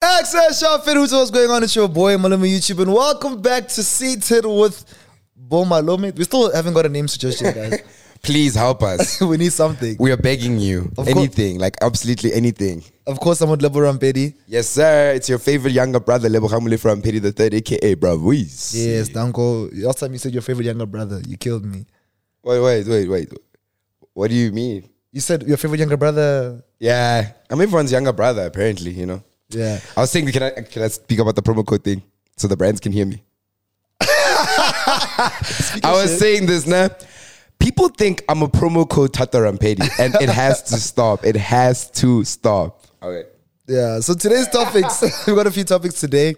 What's up, Sharp Fit? Who's what's going on? It's your boy Malome YouTube, and welcome back to Seated with Boma Lome. We still haven't got a name suggestion, guys. Please help us. we need something. We are begging you. Of course. anything, like absolutely anything. Of course, I'm with Lebo Rampedi. Yes, sir. It's your favorite younger brother, Lebo Hamule from Petty the Third, aka Braviz. Yes, Danko. Last time you said your favorite younger brother, you killed me. Wait, wait, wait, wait. What do you mean? You said your favorite younger brother. Yeah, I'm everyone's younger brother. Apparently, you know. Yeah. I was saying, can I can I speak about the promo code thing so the brands can hear me? I was saying this now. People think I'm a promo code Tata Rampedi, and it has to stop. It has to stop. Okay. Yeah. So today's topics, we've got a few topics today.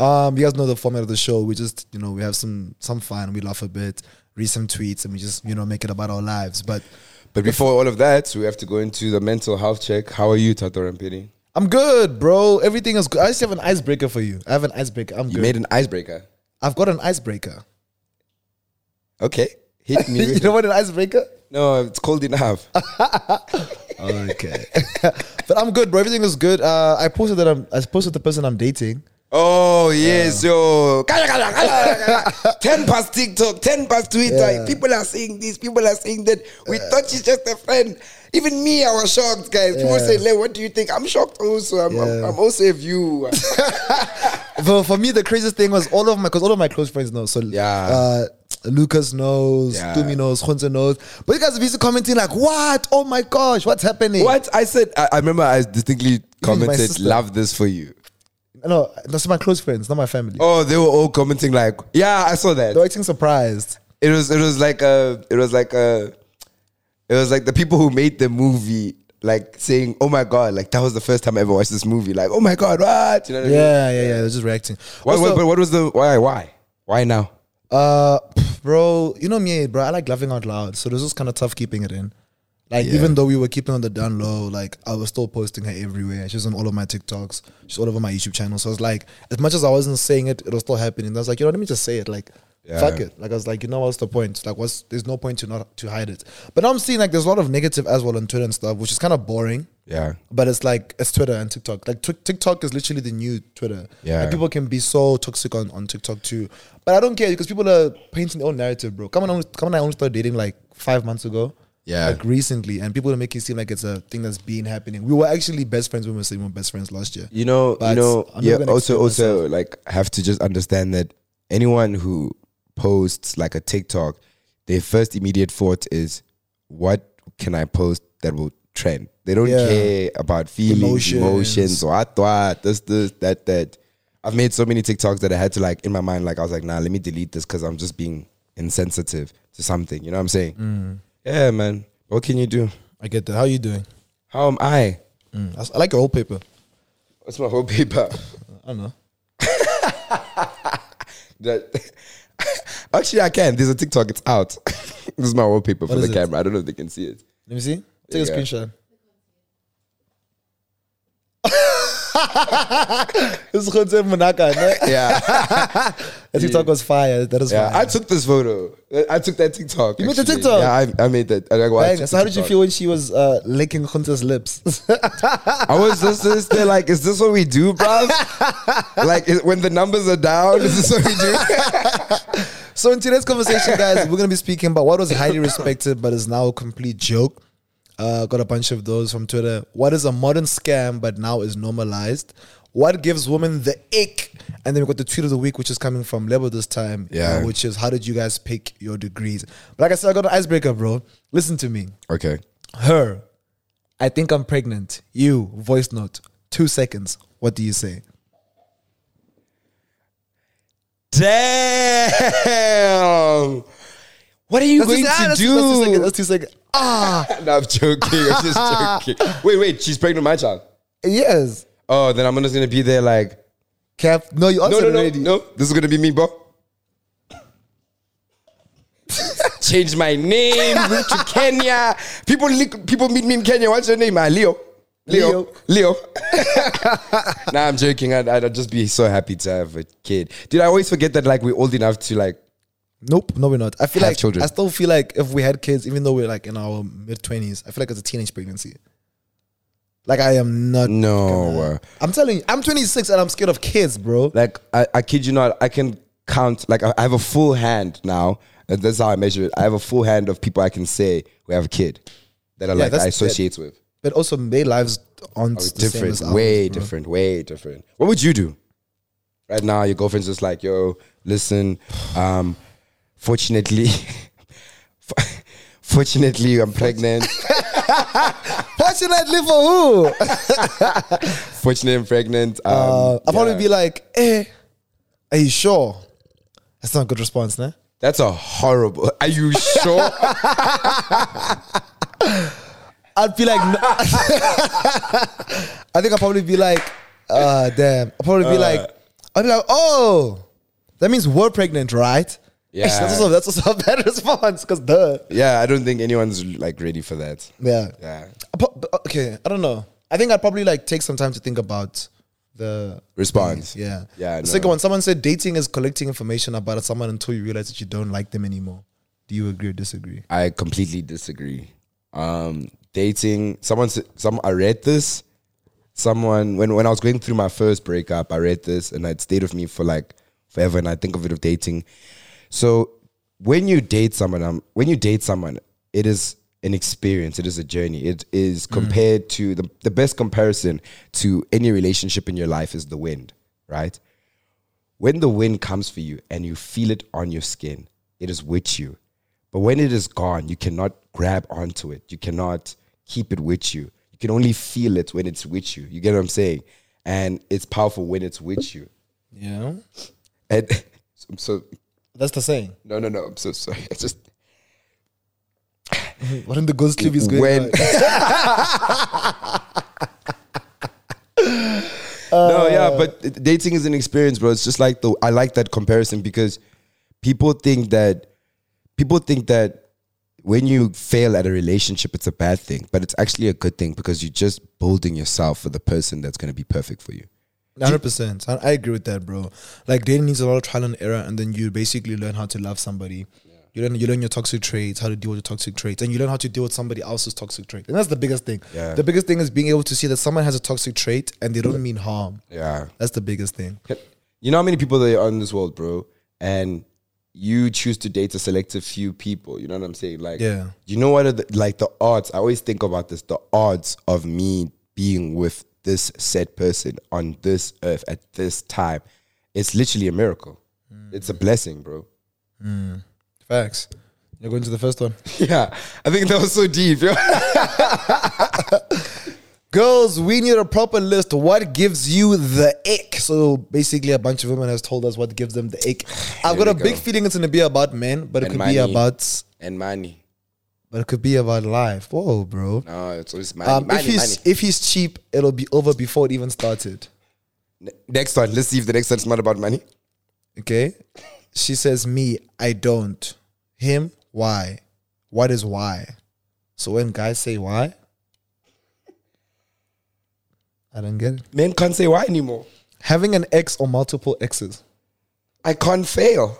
Um, you guys know the format of the show. We just, you know, we have some some fun, we laugh a bit, read some tweets, and we just, you know, make it about our lives. But But before all of that, we have to go into the mental health check. How are you, Tata Rampedi? I'm good, bro. Everything is good. I just have an icebreaker for you. I have an icebreaker. I'm You good. made an icebreaker. I've got an icebreaker. Okay. Hit me. you with know it. what an icebreaker? No, it's cold enough. Okay. but I'm good, bro. Everything is good. Uh, I posted that I'm I posted the person I'm dating. Oh, yes, yo. Kala, kala, kala, kala. 10 past TikTok, 10 past Twitter. Yeah. People are saying this, people are saying that. We thought she's just a friend. Even me, I was shocked, guys. People Yeah. say, Le, what do you think? I'm shocked also. I'm, I'm, Yeah. I'm also a viewer. For, for me, the craziest thing was all of my because all of my close friends know. So Yeah. uh, Lucas knows, Yeah. Dumi knows, Hunter knows. But you guys are busy commenting like, what? Oh my gosh, what's happening? what I said, I, I remember I distinctly commented, sister. love this for you. No, that's my close friends, not my family. Oh, they were all commenting like, yeah, I saw that. They're acting surprised. It was it was like uh it was like uh it was like the people who made the movie like saying, Oh my god, like that was the first time I ever watched this movie. Like, oh my god, what? You know what I mean? Yeah, yeah, yeah. They're just reacting. What, Also- what, but what was the why why? Why now? Uh, pff, bro, you know me, bro. I like laughing out loud, so this was kind of tough keeping it in. Like, Yeah. even though we were keeping on the down low, like I was still posting her everywhere. She's on all of my TikToks. She's all over my YouTube channel. So I was like, as much as I wasn't saying it, it was still happening. I was like, you know, let me just say it. Like, Yeah. fuck it. Like I was like, you know, what's the point? Like, what's there's no point to not to hide it. But now I'm seeing like there's a lot of negative as well on Twitter and stuff, which is kind of boring. Yeah. But it's like it's Twitter and TikTok. Like Tik- TikTok is literally the new Twitter. Yeah. Like, people can be so toxic on, on TikTok too. But I don't care because people are painting their own narrative, bro. Come on, I only- come on, I only started dating like five months ago. Yeah. Like recently, and people are making it seem like it's a thing that's been happening. We were actually best friends when we were saying we were best friends last year. You know, But you know, I'm not yeah. gonna Also, explain also, like, have to just understand that anyone who posts like a TikTok, their first immediate thought is, "What can I post that will trend?" They don't Yeah. care about feelings, Emotions. emotions, what, what, this, this, that, that. I've made so many TikToks that I had to like in my mind, like I was like, "Nah, let me delete this because I'm just being insensitive to something." You know what I'm saying? Mm. Yeah, man. What can you do? I get that. How are you doing? How am I? Mm. I s- I like your whole paper. What's my whole paper? I don't know. That actually, I can. There's a TikTok. It's out. this is my wallpaper for What the is it? camera. I don't know if they can see it. Let me see. Take Yeah. a screenshot. this is Jose Monaka. no? Yeah, That TikTok was fire. That is yeah. fire. I took this photo. I took that TikTok. You made the actually. TikTok? Yeah, I, I made that. I, I, Bang. took So the how did you TikTok. feel when she was uh, licking Hunter's lips? I was just, just there like, is this what we do, bro? like is, when the numbers are down, is this what we do? so in today's conversation, guys, we're gonna be speaking about what was highly respected but is now a complete joke. Uh, got a bunch of those from Twitter. What is a modern scam but now is normalized? What gives women the ick? And then we got the tweet of the week, which is coming from Lebo this time. Yeah. uh, which is how did you guys pick your degrees? But like I said, I got an icebreaker, bro. Listen to me. okay. Her, I think I'm pregnant. You, voice note, two seconds. What do you say? Damn. What are you That's going two, ah, to that's, do? That's two seconds. That's two seconds. Ah, no, I'm joking. I'm just joking. Wait, wait. She's pregnant with my child. yes. Oh, then I'm just gonna be there like. Cap. No, you No, answered no, no, already. no. This is gonna be me, bro. Change my name, move to Kenya. People, li- people meet me in Kenya. What's your name? Ah, Leo. Leo. Leo. nah, I'm joking. I'd, I'd just be so happy to have a kid. Dude, I always forget that like we're old enough to like. Nope. No, we're not. I feel Have like children. I still feel like if we had kids, even though we're like in our mid twenties, I feel like it's a teenage pregnancy. Like I am not. No. uh, I'm telling you, I'm 26 and I'm scared of kids, bro. Like I, I kid you not, I can count. Like I, I have a full hand now. And that's how I measure it. I have a full hand of people I can say who have a kid that I like. that's I dead. associate with. But also, their lives aren't the same different, as ours, way bro. different, way different. What would you do? Right now, your girlfriend's just like, yo, listen, um, fortunately, fortunately, I'm pregnant. Fortunately for who? fortunately, I'm pregnant. Um, Uh, I'll probably yeah. be like, eh, are you sure? That's not a good response, nah? That's a horrible. Are you sure? I'd be like, no. I think I'll probably be like, uh, damn. I'll probably be like, I'll be like, oh, that means we're pregnant, right? Yeah. That's also, that's also a bad response because duh. yeah, I don't think anyone's like ready for that. Yeah. Yeah. I pro- but, uh, Okay, I don't know. I think I'd probably like take some time to think about the Response. yeah Yeah. The no. second one, someone said dating is collecting information about someone until you realize that you don't like them anymore. Do you agree or disagree? I completely disagree. Um, dating someone, s- some I read this. Someone when when I was going through my first breakup, I read this and it stayed with me for like forever. And I think of it of dating. So when you date someone, um, when you date someone, it is an experience. It is a journey. It is compared to the the best comparison to any relationship in your life is the wind, right? When the wind comes for you and you feel it on your skin, it is with you. But when it is gone, you cannot grab onto it. You cannot keep it with you. You can only feel it when it's with you. You get what I'm saying? And it's powerful when it's with you. Yeah, And I'm so that's the saying. no no no. I'm so sorry. I just What in the ghost tube is going when on? no yeah but dating is an experience bro it's just like the i like that comparison because people think that people think that when you fail at a relationship it's a bad thing but it's actually a good thing because you're just building yourself for the person that's going to be perfect for you Hundred percent. I I agree with that, bro. Like dating needs a lot of trial and error, and then you basically learn how to love somebody. You learn you learn your toxic traits, how to deal with your toxic traits, and you learn how to deal with somebody else's toxic trait. And that's the biggest thing. Yeah. The biggest thing is being able to see that someone has a toxic trait and they don't mean harm. yeah That's the biggest thing. You know how many people there are in this world, bro, and you choose to date a selective few people. You know what I'm saying? Like, Yeah. You know what? Are the, like the odds. I always think about this. The odds of me being with this said person on this earth at this time, it's literally a miracle. Mm. It's a blessing, bro. Facts. You're going to the first one. Yeah, I think that was so deep. yo. Girls, we need a proper list. What gives you the ick? So basically, a bunch of women has told us what gives them the ick. I've Here got a we big go. feeling it's gonna be about men, but it And could money. be about, and money. but it could be about life. Whoa, bro. No, it's always money. Um, money, if he's money. if he's cheap, it'll be over before it even started. Ne- Next one. Let's see if the next one's not about money. Okay, she says me, I don't. Him, why? What is why? So when guys say why, I don't get it. Men can't say why anymore. Having an ex or multiple exes, I can't fail.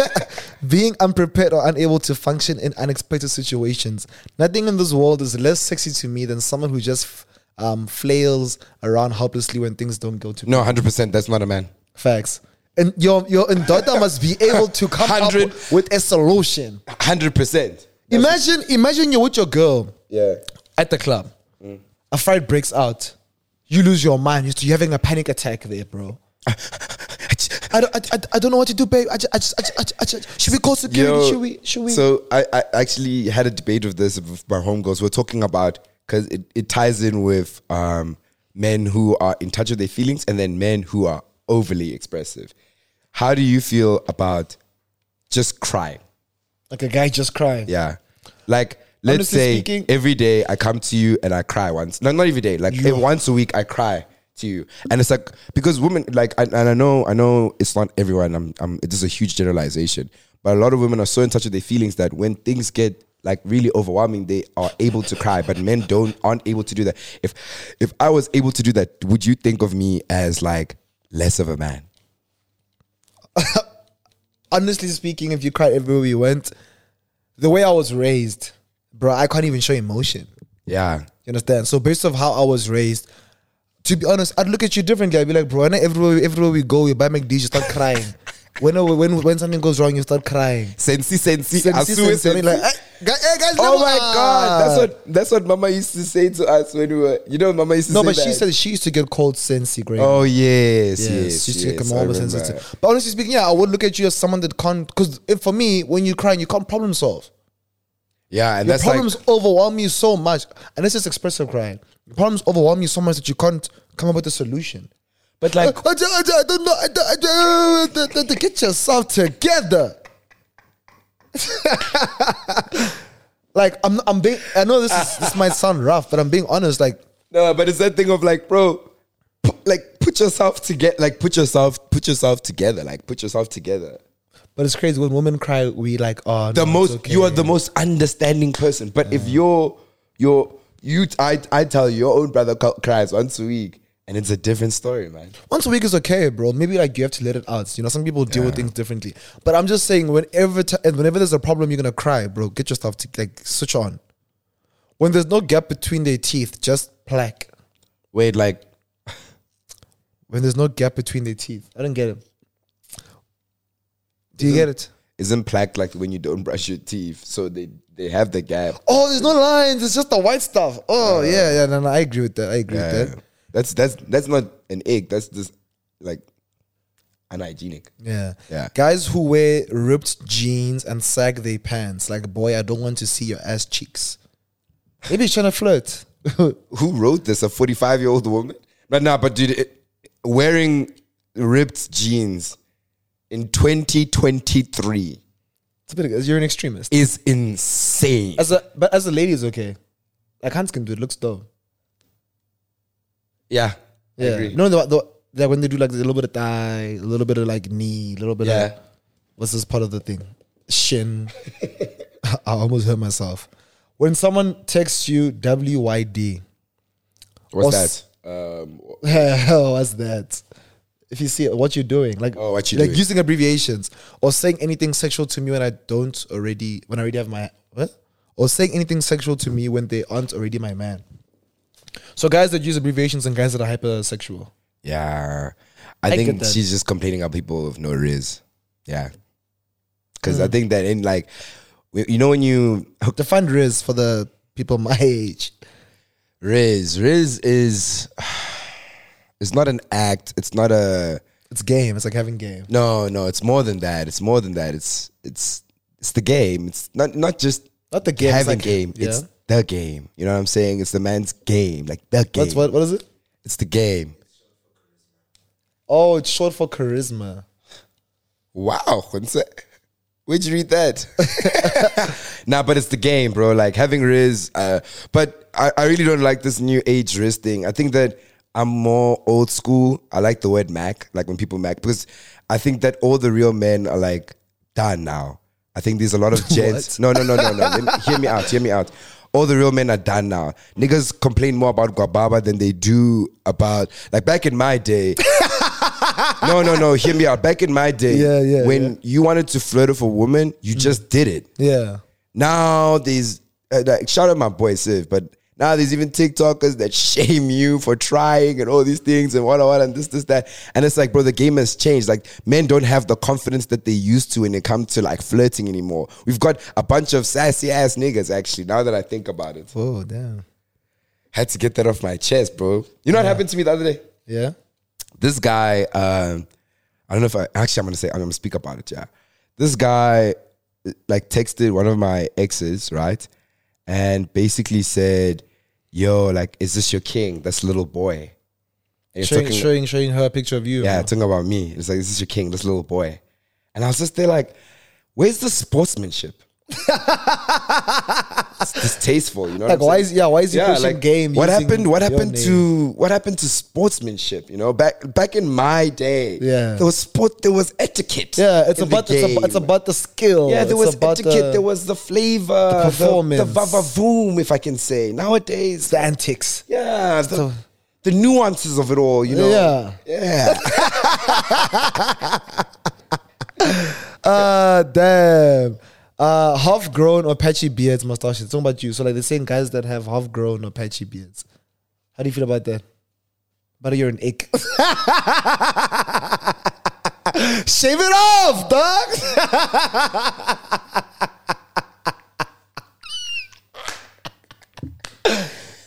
being unprepared or unable to function in unexpected situations. Nothing in this world is less sexy to me than someone who just um, flails around helplessly when things don't go to no, hundred percent. That's not a man. Facts. And your your daughter must be able to come Hundred. up with a solution. Hundred percent. Imagine, imagine you're with your girl Yeah. at the club. Mm. A fight breaks out. You lose your mind. You're- You're having a panic attack there, bro. I don't, I, I, I don't know what to do, babe. I just, I just, I just, I just, I just- should we call security? Yo, should we? Should we? So I, I actually had a debate with this with my homegirls. We're talking about because it, it ties in with um, men who are in touch with their feelings and then men who are overly expressive. How do you feel about just crying? like a guy just crying. Yeah. Like, let's Honestly say speaking- every day I come to you and I cry once. No, not every day. Like eh, once a week I cry to you, and it's like because women like, and, and I know, I know it's not everyone. I'm, I'm. This is a huge generalization, but a lot of women are so in touch with their feelings that when things get like really overwhelming, they are able to cry. But men don't aren't able to do that. If if I was able to do that, would you think of me as like less of a man? honestly speaking, if you cried everywhere we went, the way I was raised, bro, I can't even show emotion. Yeah. You understand? So based off how I was raised, to be honest, I'd look at you differently. I'd be like, bro, I know everywhere everywhere we go, you buy McD, you start crying. when when when something goes wrong, you start crying. Sensi, sensi, Sensi, Asue, sensi, sensi. like, hey, guys, hey, guys, Oh level my up. god, that's what that's what Mama used to say to us when we were. You know, Mama used to No, say but she that. said she used to get called sensy, great. Oh yes, yes, Yes, yes. she used to get I more remember. sensitive. But honestly speaking, yeah, I would look at you as someone that can't. Because for me, when you're crying, you can't problem solve. Yeah, and Your that's problems overwhelm you so much, and it's just expressive crying. Your problems overwhelm you so much that you can't come up with a solution. like, but like, I, don't- I don't- I don't know. I don't- I don't- I don't- I don't- get yourself together. like I'm, I'm being. I know this is, this might sound rough, but I'm being honest. Like no, but it's that thing of like, bro, pu- like put yourself together, like put yourself, put yourself together, like put yourself together. But it's crazy when women cry. We like, oh, the no, most it's okay. you are the most understanding person. But if you're you're you I I tell you your own brother co- cries once a week and it's a different story, man. once a week is okay, bro. Maybe like you have to let it out. You know, some people deal with things differently. But I'm just saying, whenever t- and whenever there's a problem, you're gonna cry, bro. Get your stuff to like switch on. When there's no gap between their teeth, just plaque. Wait, like When there's no gap between their teeth, I don't get it. Mm-hmm. Do you get it? isn't plaque like when you don't brush your teeth, so they they have the gap. Oh, there's no lines. It's just the white stuff. Oh yeah, yeah. No, no, I agree with that. I agree with Yeah. that. That's that's that's not an egg. That's just like unhygienic. Yeah. Yeah. Guys who wear ripped jeans and sag their pants, like, boy, I don't want to see your ass cheeks. Maybe he's trying to flirt. Who wrote this? A forty-five year old woman? But nah, but dude, it, wearing ripped jeans in twenty twenty-three It's a bit, you're an extremist. is insane. As a but as a lady it's okay. Like Hans can do it, looks dope. Yeah. I Yeah. agree. No, the, the, like when they do like a little bit of thigh, a little bit of like knee, a little bit Yeah. of what's this part of the thing? Shin. I almost hurt myself. When someone texts you WYD, What's Os- that? Um, hell was Oh, that? If you see it, what you're doing, like Oh, what you like doing. using abbreviations or saying anything sexual to me when I don't already when I already have my what or saying anything sexual to me when they aren't already my man. So guys that use abbreviations and guys that are hypersexual. yeah. I, get think that. she's just complaining about people with no riz. Yeah. Because Hmm. I think that in like, w- you know, when you Define riz for the people my age. riz, riz is, it's not an act. It's not a, It's game. It's like having game. no, no, it's more than that. It's more than that. It's, it's, it's the game. It's not, not just Not the game. it's having like- game. Yeah. It's the game. You know what I'm saying? It's the man's game. Like the game. That's what what is it? It's the game. Oh, it's short for charisma. Wow, Khunse. Where'd you read that? nah, but it's the game, bro. Like having Riz, uh, but I, I really don't like this new age Riz thing. I think that I'm more old school. I like the word Mac, like when people Mac, because I think that all the real men are like done now. I think there's a lot of gents. No, no, no, no, no. Let me- hear me out. Hear me out. All the real men are done now. Niggas complain more about guababa than they do about like back in my day. no, no, no. Hear me out. Back in my day, Yeah, yeah, when yeah. you wanted to flirt with a woman, you just did it. Yeah. Now there's uh, like, shout out my boy Siv, but now there's even TikTokers that shame you for trying and all these things and what what and this this that and it's like bro the game has changed like men don't have the confidence that they used to when it comes to like flirting anymore we've got a bunch of sassy ass niggas actually now that I think about it Oh damn. had to get that off my chest bro you know what happened to me the other day Yeah. this guy um i don't know if i actually i'm gonna say i'm gonna speak about it yeah this guy uh, like texted one of my exes right and basically said yo like is this your king this little boy and you're Showing, talking, showing showing her a picture of you. yeah talking about me it's like is this your king this little boy and i was just there like where's the sportsmanship it's distasteful you know what Like I'm why saying? is yeah why is he pushing game? What using happened? What your happened name? to what happened to sportsmanship? You know, back back in my day, Yeah. there was sport, there was etiquette. Yeah, it's in about the the it's, about, it's game. about the skill. yeah. There it's was about etiquette. the, there was the flavor, the performance. the, vavavoom, if I can say. Nowadays, the antics. yeah, the, the nuances of it all. You know, Yeah. yeah. Ah, Uh, damn. Uh, half grown or patchy beards, mustaches. Talking about you. So like they're saying guys that have half grown or patchy beards. How do you feel about that? But you're an ick. Shave it off, dog.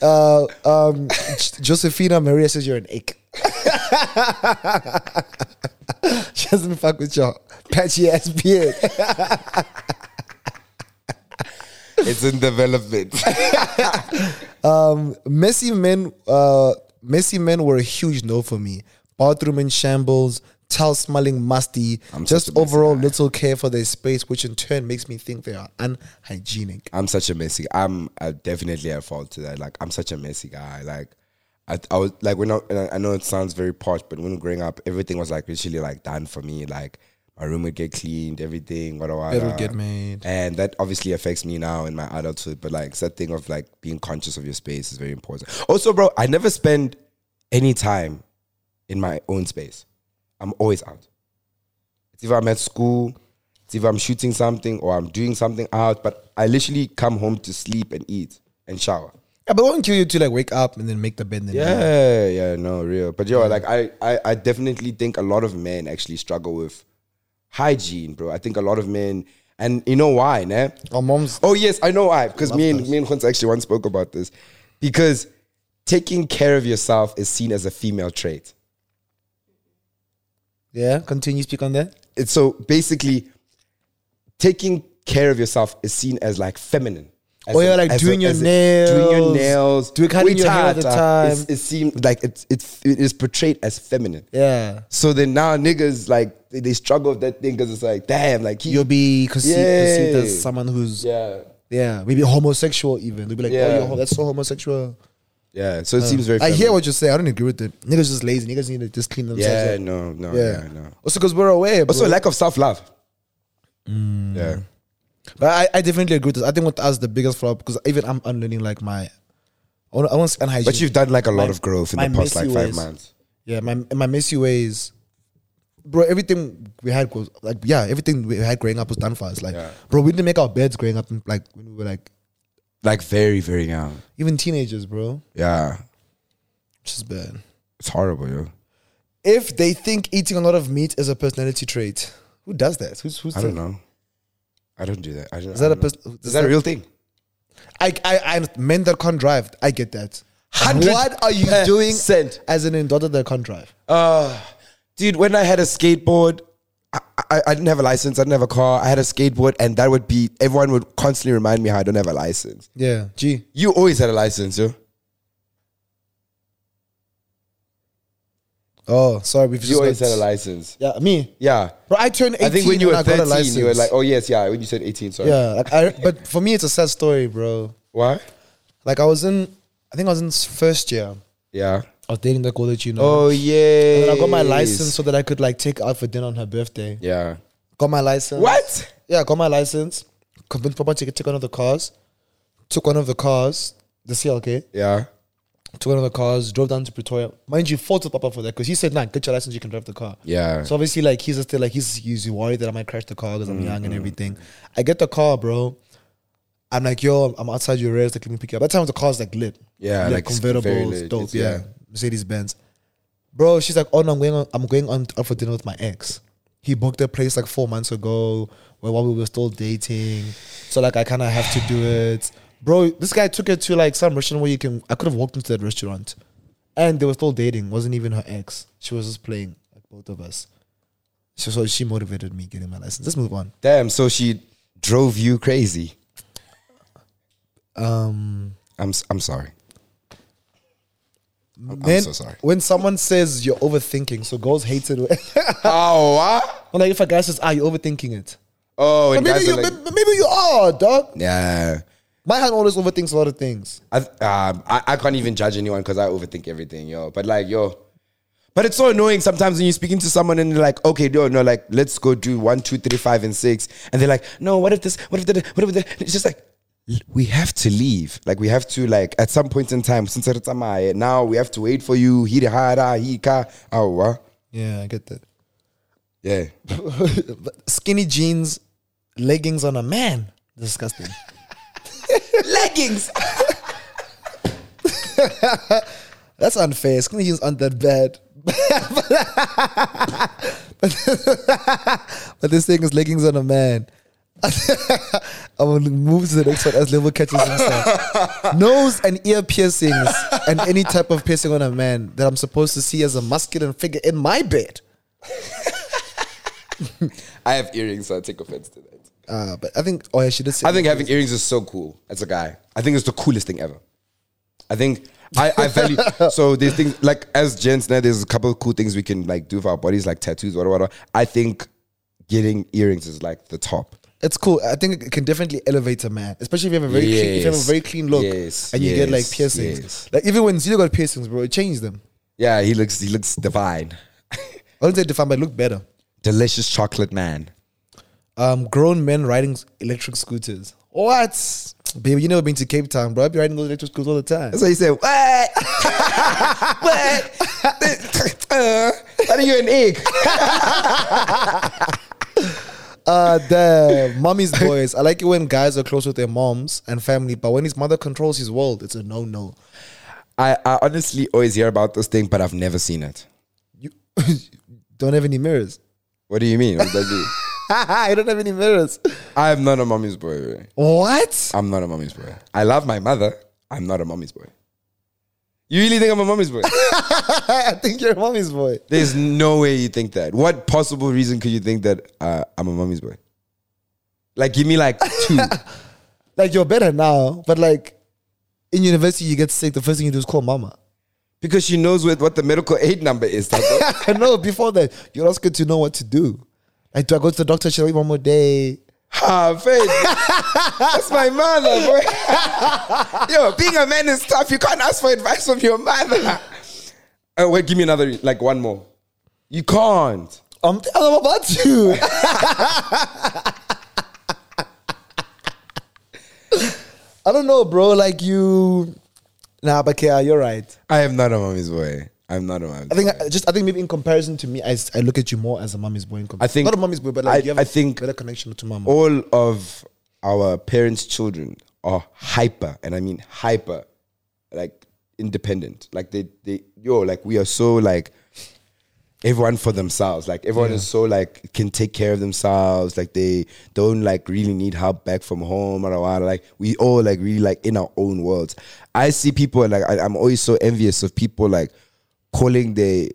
uh, um, J- Josephina Maria says you're an ick. she doesn't fuck with your patchy ass beard. It's in development. messy men uh messy men were a huge no for me bathroom in shambles towel smelling musty I'm just such a messy overall guy. little care for their space which in turn makes me think they are unhygienic I'm such a messy. I'm uh, definitely at fault to that. Like I'm such a messy guy. Like I, I was like when I, and I- I know it sounds very posh, but when growing up, everything was like literally like done for me. Like my room would get cleaned, everything. What do I? Bed would get made. and that obviously affects me now in my adulthood. But like it's that thing of like being conscious of your space is very important. Also, bro, I never spend any time in my own space. I'm always out. It's either I'm at school, it's either I'm shooting something or I'm doing something out, but I literally come home to sleep and eat and shower. yeah, but won't kill you to like wake up and then make the bed and then Yeah, yeah, no, real. But yo, like I, I, I definitely think a lot of men actually struggle with hygiene, bro. I think a lot of men and you know why, nah? our mom's Oh yes, I know why. Because me and me and Hunter actually once spoke about this. Because taking care of yourself is seen as a female trait. yeah continue speak on that it's so basically taking care of yourself is seen as like feminine. As Oh, yeah, like as doing your as doing your nails, nails, doing cutting your hair all the Uitata is- time. It seems like it's it's it is portrayed as feminine. yeah So then now niggas like they, they struggle with that thing because it's like damn, like he, you'll be conceived, perceived Yeah. as someone who's yeah. yeah, maybe homosexual even they'll be like oh Yeah. you're, homo- that's so homosexual yeah. So it seems very. I Feminine. hear what you say I don't agree with it niggas just lazy niggas need to just clean themselves Yeah, up. no, no, yeah, Oh, yeah, no. also because we're away bro. Also, lack of self love. mm, Yeah. But I, I definitely agree with this. I think with us the biggest flaw because even I'm unlearning like my, I won't- I won't say unhygienic. But you've done like a lot of growth in my the past like messy five ways. months. yeah, my my messy ways, bro. Everything we had was like yeah, everything we had growing up was done for us. Like, Yeah. bro, we didn't make our beds growing up. And, like when we were like Like very, very young. even teenagers, bro, Yeah, which is bad. it's horrible, yo. If they think eating a lot of meat is a personality trait, who does that? Who's who's I don't know. I don't do that. I don't, Is that a pers- is that a real thing? I, I I men that can't drive. I get that. 100% What are you doing as an daughter that can't drive? Uh, dude, when I had a skateboard, I, I, I didn't have a license. I didn't have a car. I had a skateboard, and that would be everyone would constantly remind me how I don't have a license. Yeah, gee. You always had a license, yo. Oh, sorry. We've You just always got- had a license. Yeah, me. Yeah. Bro, I turned 18 I think when you and were I got a 13, license. you were like, oh, yes, yeah, when you said 18, sorry. yeah, like I, but for me, it's a sad story, bro. Why? Like I was in, I think I was in s- first year. Yeah. I was dating the girl that you know. Oh, yeah. And then I got my license so that I could like take her out for dinner on her birthday. Yeah. Got my license. What? Yeah, I got my license. Convinced Papa to take one of the cars. Took one of the cars, the CLK. Yeah. Took one of the cars, drove down to Pretoria. Mind you, faulted Papa for that because he said, "Nah, get your license, you can drive the car." Yeah. So obviously, like he's just still like he's he's worried that I might crash the car because I'm young and everything. I get the car, bro. I'm like, yo, I'm outside your rails. Like, let me pick you up. That time the car's like lit. Yeah, like, like, it's convertible, very it's lit. dope. It's- yeah, yeah. Mercedes Benz. Bro, she's like, oh no, I'm going on. I'm going on out for dinner with my ex. He booked a place like four months ago where while we were still dating. So like, I kind of have to do it, bro. This guy took her to like some restaurant where you can. I could have walked into that restaurant, and they were still dating. Wasn't even her ex. She was just playing like both of us. So, so she motivated me getting my license. Let's move on. Damn, so she drove you crazy. Um, I'm, s- I'm sorry. I'm men- so sorry. When someone says you're overthinking, so girls hate it. oh, what? I'm like if a guy says, "Ah, you're overthinking it," Oh, and maybe guys you, are like, may- maybe you are, dog. yeah. My hand always overthinks a lot of things. I, th- um, I, I can't even judge anyone because I overthink everything, yo. But like, yo, but it's so annoying sometimes when you're speaking to someone and they're like, okay, yo, no, like, let's go do one, two, three, five, and six, and they're like, no, what if this, what if that, what if that? It's just like l- we have to leave. Like we have to like at some point in time since it's a mile, now we have to wait for you. He hara he ka oh wa. Yeah, I get that. yeah. But skinny jeans leggings on a man. Disgusting. Leggings. That's unfair. Skinny aren't that bad. but this thing is leggings on a man. I'm gonna move to the next one as level catches himself. Nose and ear piercings and any type of piercing on a man that I'm supposed to see as a masculine figure in my bed. I have earrings, so I take offense to that. Uh, but I think oh yeah, she did say I think having earrings is so cool as a guy. I think it's the coolest thing ever. I think I, I value so there's things like as gents now there's a couple of cool things we can like do for our bodies like tattoos whatever whatever. I think getting earrings is like the top. it's cool. I think it can definitely elevate a man, especially if you have a very clean, if you have a Yes. very clean look Yes. and you get like Yes. piercings. Yes. Like even when Zito got piercings, bro, it changed them. Yeah, he looks he looks divine. I wouldn't say define, but look better. Delicious chocolate man. Um, grown men riding electric scooters. What, baby? You never been to Cape Town, bro? I be riding those electric scooters all the time. That's what he said. What? what? uh, are you an egg? Uh, the mommy's boys. I like it when guys are close with their moms and family, but when his mother controls his world, it's a no-no. I, I honestly always hear about this thing, but I've never seen it. You don't have any mirrors. What do you mean? What does that do? I don't have any mirrors. I am not a mommy's boy. What? I'm not a mommy's boy. I love my mother. I'm not a mommy's boy. You really think I'm a mommy's boy? I think you're a mommy's boy. There's no way you think that. What possible reason could you think that uh, I'm a mommy's boy? Like, give me like two. like you're better now, but like in university you get sick, the first thing you do is call mama. because she knows what, what the medical aid number is. Tato. no, before that, you ask her to know what to do. Like, do I go to the doctor? She'll wait one more day. Ah, babe. That's my mother, boy. Yo, being a man is tough. You can't ask for advice from your mother. Oh, wait, give me another, re- like one more. You can't. I'm, I'm about to. I don't know, bro. Like you, nah, but yeah, you're right. I am not a mommy's boy. I'm not a mommy's I think boy. I, just I think maybe in comparison to me, I, s- I look at you more as a mommy's boy. In comparison. I think- not a mommy's boy, but like I- you have I a think- Oh, better connection to mama. All of our parents' children are hyper, and I mean hyper, like independent. Like they, they, yo, like we are so like everyone for themselves. Like everyone is so like can take care of themselves. Like they don't like really need help back from home or what. Like we all like really like in our own worlds. I see people like I, I'm always so envious of people like calling their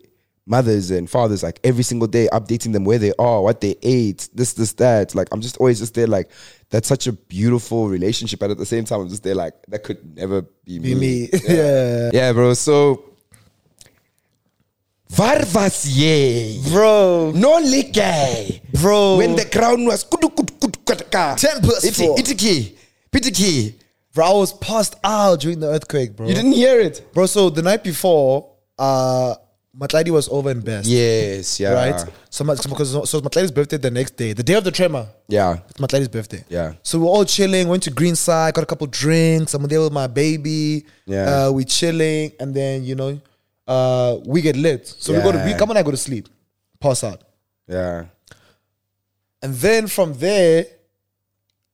mothers and fathers like every single day, updating them where they are, what they ate, this, this, that. Like I'm just always just there like that's such a beautiful relationship. But at the same time I'm just there like that could never be, Be me, yeah. Yeah, bro. So Varvas yay. bro, No liquor. bro. When the crown was kudu kudu kudu kataka. Tempest Iti- for. Itiki. Pitiki. Bro, I was passed out during the earthquake, bro. You didn't hear it. bro, so the night before, uh Matladi was over in Best. Yes, yeah. Right? So my- so because so it's Matladi's birthday the next day, the day of the tremor. Yeah. It's Matladi's birthday. Yeah. So we're all chilling, went to Greenside, got a couple drinks. I'm there with my baby. Yeah. Uh, we chilling, and then you know, uh, we get lit. So we go to we Yeah. come and I go to sleep, pass out. Yeah. And then from there,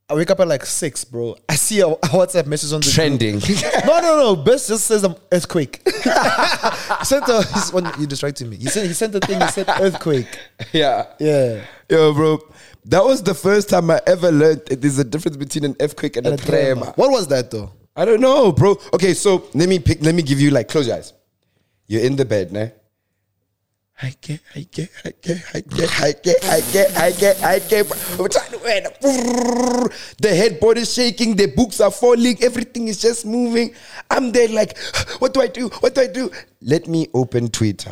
I wake up at like six, bro. I see a, a WhatsApp message on the group. Trending. No, no, no. Best just says um, earthquake. sent a, he's, when you distracted me. He sent, he sent a thing. He said earthquake. yeah. Yeah. Yo, bro. That was the first time I ever learned that there's a difference between an earthquake and, And a, a tremor. tremor. What was that though? I don't know, bro. Okay, so let me pick. Let me give you like close your eyes. You're in the bed, nah. I get, I get, I get, I get, I get, I get, I get, I get. I'm trying to win. The headboard is shaking. The books are falling. Everything is just moving. I'm there like, what do I do? What do I do? Let me open Twitter.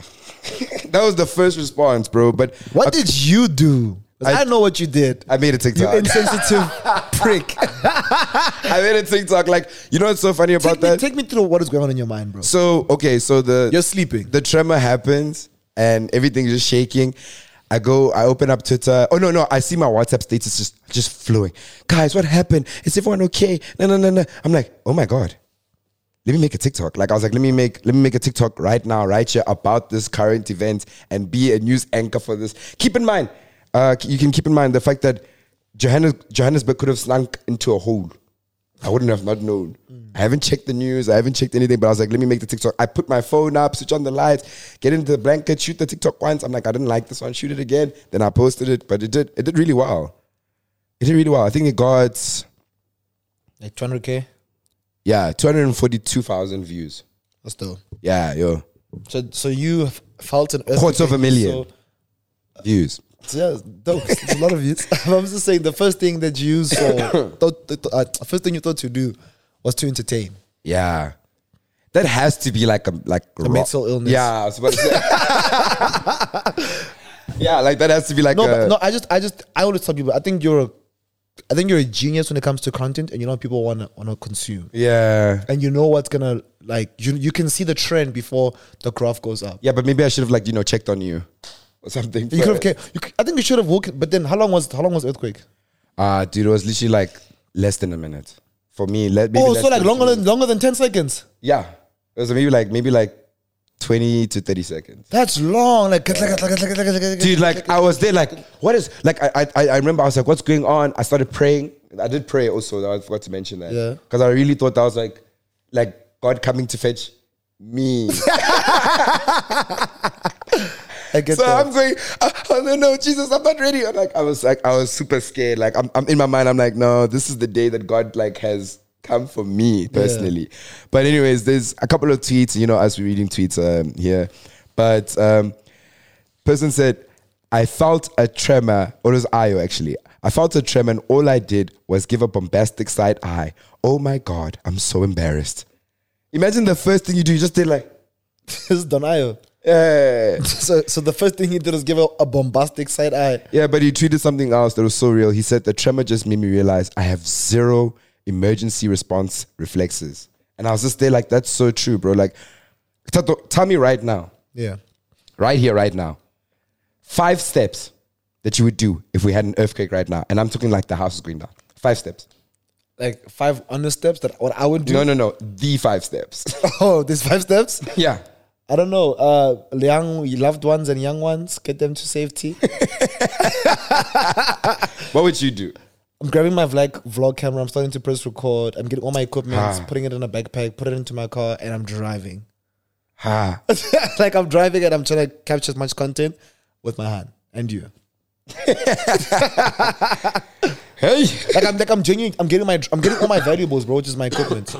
that was the first response, bro. But What did you do? 'Cause I, know what you did. I made a you TikTok. insensitive prick. I made a TikTok. Like, you know what's so funny about Take me, that? take me through what is going on in your mind, bro. So okay, so the You're sleeping. The tremor happens and everything's just shaking. I go, I open up Twitter. Oh no, no, I see my WhatsApp status just just flowing. Guys, what happened? Is everyone okay? No, no, no, no. I'm like, oh my god. Let me make a TikTok. Like I was like, let me make let me make a TikTok right now, right here about this current event and be a news anchor for this. Keep in mind, uh, you can keep in mind the fact that Johannes, Johannesburg could have slunk into a hole. I wouldn't have not known. I haven't checked the news. I haven't checked anything, but I was like, let me make the TikTok. I put my phone up, switch on the lights, get into the blanket, shoot the TikTok once. I'm like, I didn't like this one, shoot it again. Then I posted it, but it did it did really well. It did really well. I think it got Like 200k. yeah, 242,000 views. That's dope. Yeah, yo. So, so you f- felt an earthquake. Quarter of a million. So, Views. so yeah, it's dope. It's a lot of views. I was just saying the first thing that you saw, thought, th- th- uh, first thing you thought to do was to entertain. Yeah. That has to be like a like a mental illness. Yeah, I was about to say. yeah, like that has to be like No, a, but no, I just, I just, I always tell people, I think you're, a, I think you're a genius when it comes to content, and you know what people wanna wanna consume, yeah. and you know what's gonna like you. You can see the trend before the graph goes up. Yeah, but maybe I should have like, you know, checked on you or something. You could have, ca- you, c- I think you should have walked. But then, how long was how long was earthquake? Uh, dude, it was literally like less than a minute for me. Let, maybe oh, less so like than longer two. than longer than ten seconds. yeah. It was maybe like maybe like twenty to thirty seconds. That's long. Like, like, like, like, like, like, Dude, like I was there, like what is like I I- I I remember I was like, what's going on? I started praying. I did pray also. I forgot to mention that. Yeah. Because I really thought that was like, like God coming to fetch me. I get So that. I'm saying, oh no, no, Jesus, I'm not ready. I'm like, I was like, I was super scared. Like, I'm, I'm in my mind, I'm like, no, this is the day that God like has come for me personally. But anyways, there's a couple of tweets, you know, as we're reading tweets um, here, but um, person said, I felt a tremor, or it was Ayo actually. I felt a tremor, and all I did was give a bombastic side eye. Oh my God, I'm so embarrassed. Imagine the first thing you do, you just did like, this is Donayo. eh. So, so the first thing he did was give a, a bombastic side eye. Yeah, but he tweeted something else that was so real. He said, The tremor just made me realize I have zero emergency response reflexes. And I was just there, like, That's so true, bro. Like, Tato, tell me right now, Yeah. right here, right now, five steps that you would do if we had an earthquake right now. And I'm talking like the house is going down. Five steps. Like five under steps that what I would do. No, no, no. The five steps. Oh, there's five steps. yeah. I don't know. Uh, young loved ones and young ones, get them to safety. What would you do? I'm grabbing my vlog, vlog camera. I'm starting to press record. I'm getting all my equipment, Ah. putting it in a backpack, put it into my car, and I'm driving. Ha. like I'm driving and I'm trying to capture as much content with my hand and you. Hey. Like I'm like I'm genuinely I'm getting my I'm getting all my valuables, bro, which is my equipment.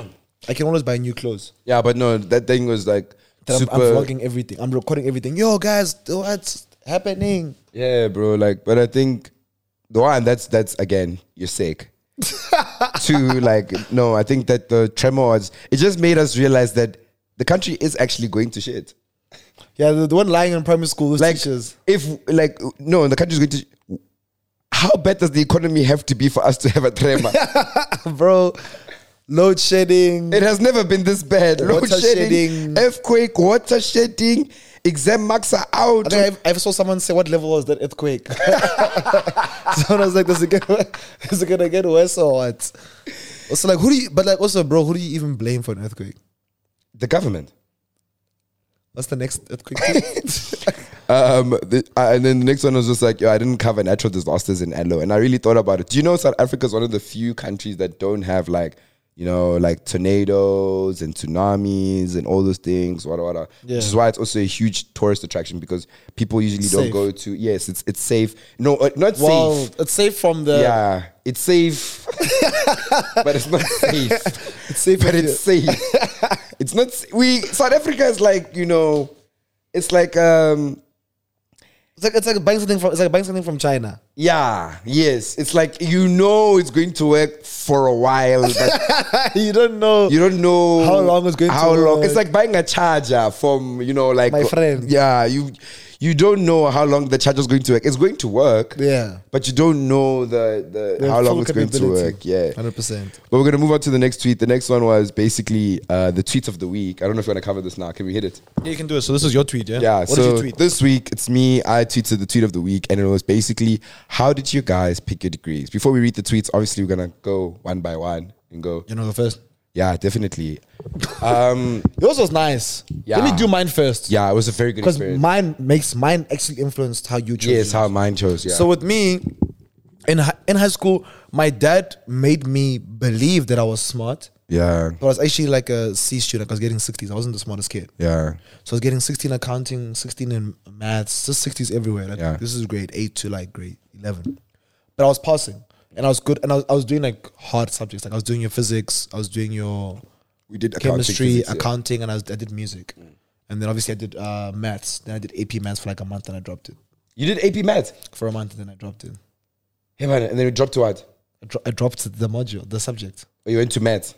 I can always buy new clothes. Yeah, but no, that thing was like That I'm, super. I'm vlogging everything. I'm recording everything. Yo, guys, what's happening? Yeah, bro. Like, but I think the one that's that's again, you're sick. Two, like, no, I think that the tremor was it just made us realize that the country is actually going to shit. Yeah, the, the one lying in primary school, those Like, teachers. if like no, the country's going to. sh- How bad does the economy have to be for us to have a tremor? bro, load shedding. it has never been this bad. Load Water shedding, shedding. earthquake, water shedding, exam marks are I out. think I, I saw someone say, "What level was that earthquake?" someone was like, "Does it get is it gonna get worse or what?" Also, like, who do you? But like, also, bro, who do you even blame for an earthquake? The government. What's the next earthquake? Um, the, uh, and then the next one was just like, yo, I didn't cover natural disasters in Adlo. And I really thought about it. Do you know South Africa is one of the few countries that don't have like, you know, like tornadoes and tsunamis and all those things, wada wada. Yeah. Which is why it's also a huge tourist attraction because people usually don't Safe. go to. Yes, it's it's safe. No, uh, not well, uh, safe. it's safe from the. Yeah, it's safe, but it's not safe It's safe. but from it's safe. it's not s- we South Africa is like you know, it's like um the- it's like it's like buying something from it's like buying something from China. yeah yes it's like you know it's going to work for a while but you don't know. you don't know How long it's going to how long work. it's like buying a charger from you know like My friend. yeah you you don't know how long the charger's going to work it's going to work yeah. but you don't know the, the, how long it's going to work yeah hundred percent. But we're gonna move on to the next tweet. The next one was basically uh, the tweet of the week. I don't know if you wanna cover this now. Can we hit it? Yeah, you can do it. So this is your tweet, yeah. Yeah. What so did you tweet? this week it's me. I tweeted the tweet of the week, and it was basically, "How did you guys pick your degrees?" Before we read the tweets, obviously we're gonna go one by one and go. You know, go first. Yeah, definitely. Um, Yours was nice. Yeah. Let me do mine first. yeah, it was a very good Because experience. mine makes mine actually influenced how you chose. Yes, yours. how mine chose. Yeah. So with me, in hi- in high school, my dad made me believe that I was smart, Yeah. but I was actually like a C student. I was getting 60s. I wasn't the smartest kid. Yeah. So I was getting 16 accounting, 16 in maths, just 60s everywhere. Like, Yeah. This is grade 8 to like grade 11. But I was passing and I was good. And I was, I was doing like hard subjects. Like I was doing your physics, I was doing your We did accounting, chemistry, physics, yeah. Mm. accounting, and I, was, I did music. And then obviously I did uh, maths. Then I did AP maths for like a month and I dropped it. You did AP maths. For a month and then I dropped it. Hey man, and then you dropped to what? I, dro- I dropped the module, the subject. Or you went to maths.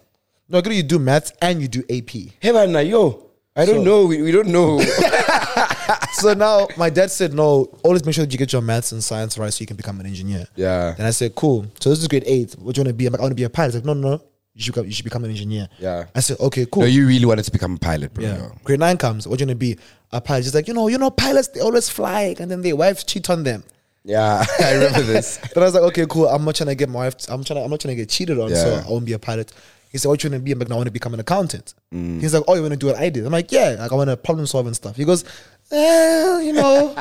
No, actually, you do maths and you do AP. Hey man, now, yo, I So- don't know. We, we don't know. so now my dad said, no, always make sure that you get your maths and science right so you can become an engineer. yeah. And I said, cool. So this is grade eight. What do you want to be? I'm like, I want to be a pilot. He's like, no, no, no. You should, become, you should become an engineer. Yeah. I said, okay, cool. No, you really wanted to become a pilot, bro. yeah. Grade nine comes. What do you want to be? A pilot. He's like, you know, you know, pilots, they always fly and then their wives cheat on them. Yeah, I remember this. Then I was like, okay, cool. I'm not trying to get my wife, I'm, trying to, I'm not trying to get cheated on, so Yeah. I won't be a pilot. He said, what you want to be? I'm like, no, I want to become an accountant. Mm. He's like, oh, you want to do what I did? I'm like, yeah, like, I want to problem solve and stuff. He goes, eh, you know,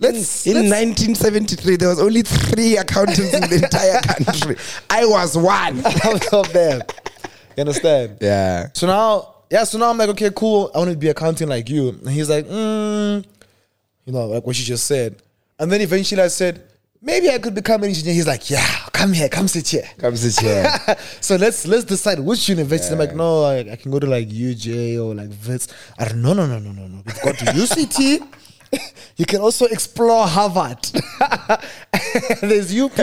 let's, In let's 1973, there was only three accountants in the entire country. I was one. out of them. You understand? Yeah. So now, yeah, so now I'm like, okay, cool. I want to be accounting like you. And he's like, mm, you know, like what you just said. And then eventually I said, maybe I could become an engineer. He's like, yeah, come here, come sit here. Come sit here. so let's let's decide which university. I'm like, no, I, I can go to like UJ or like Vits. I don't, no, no, no, no, no, no. We've got to UCT. You can also explore Harvard. There's UP.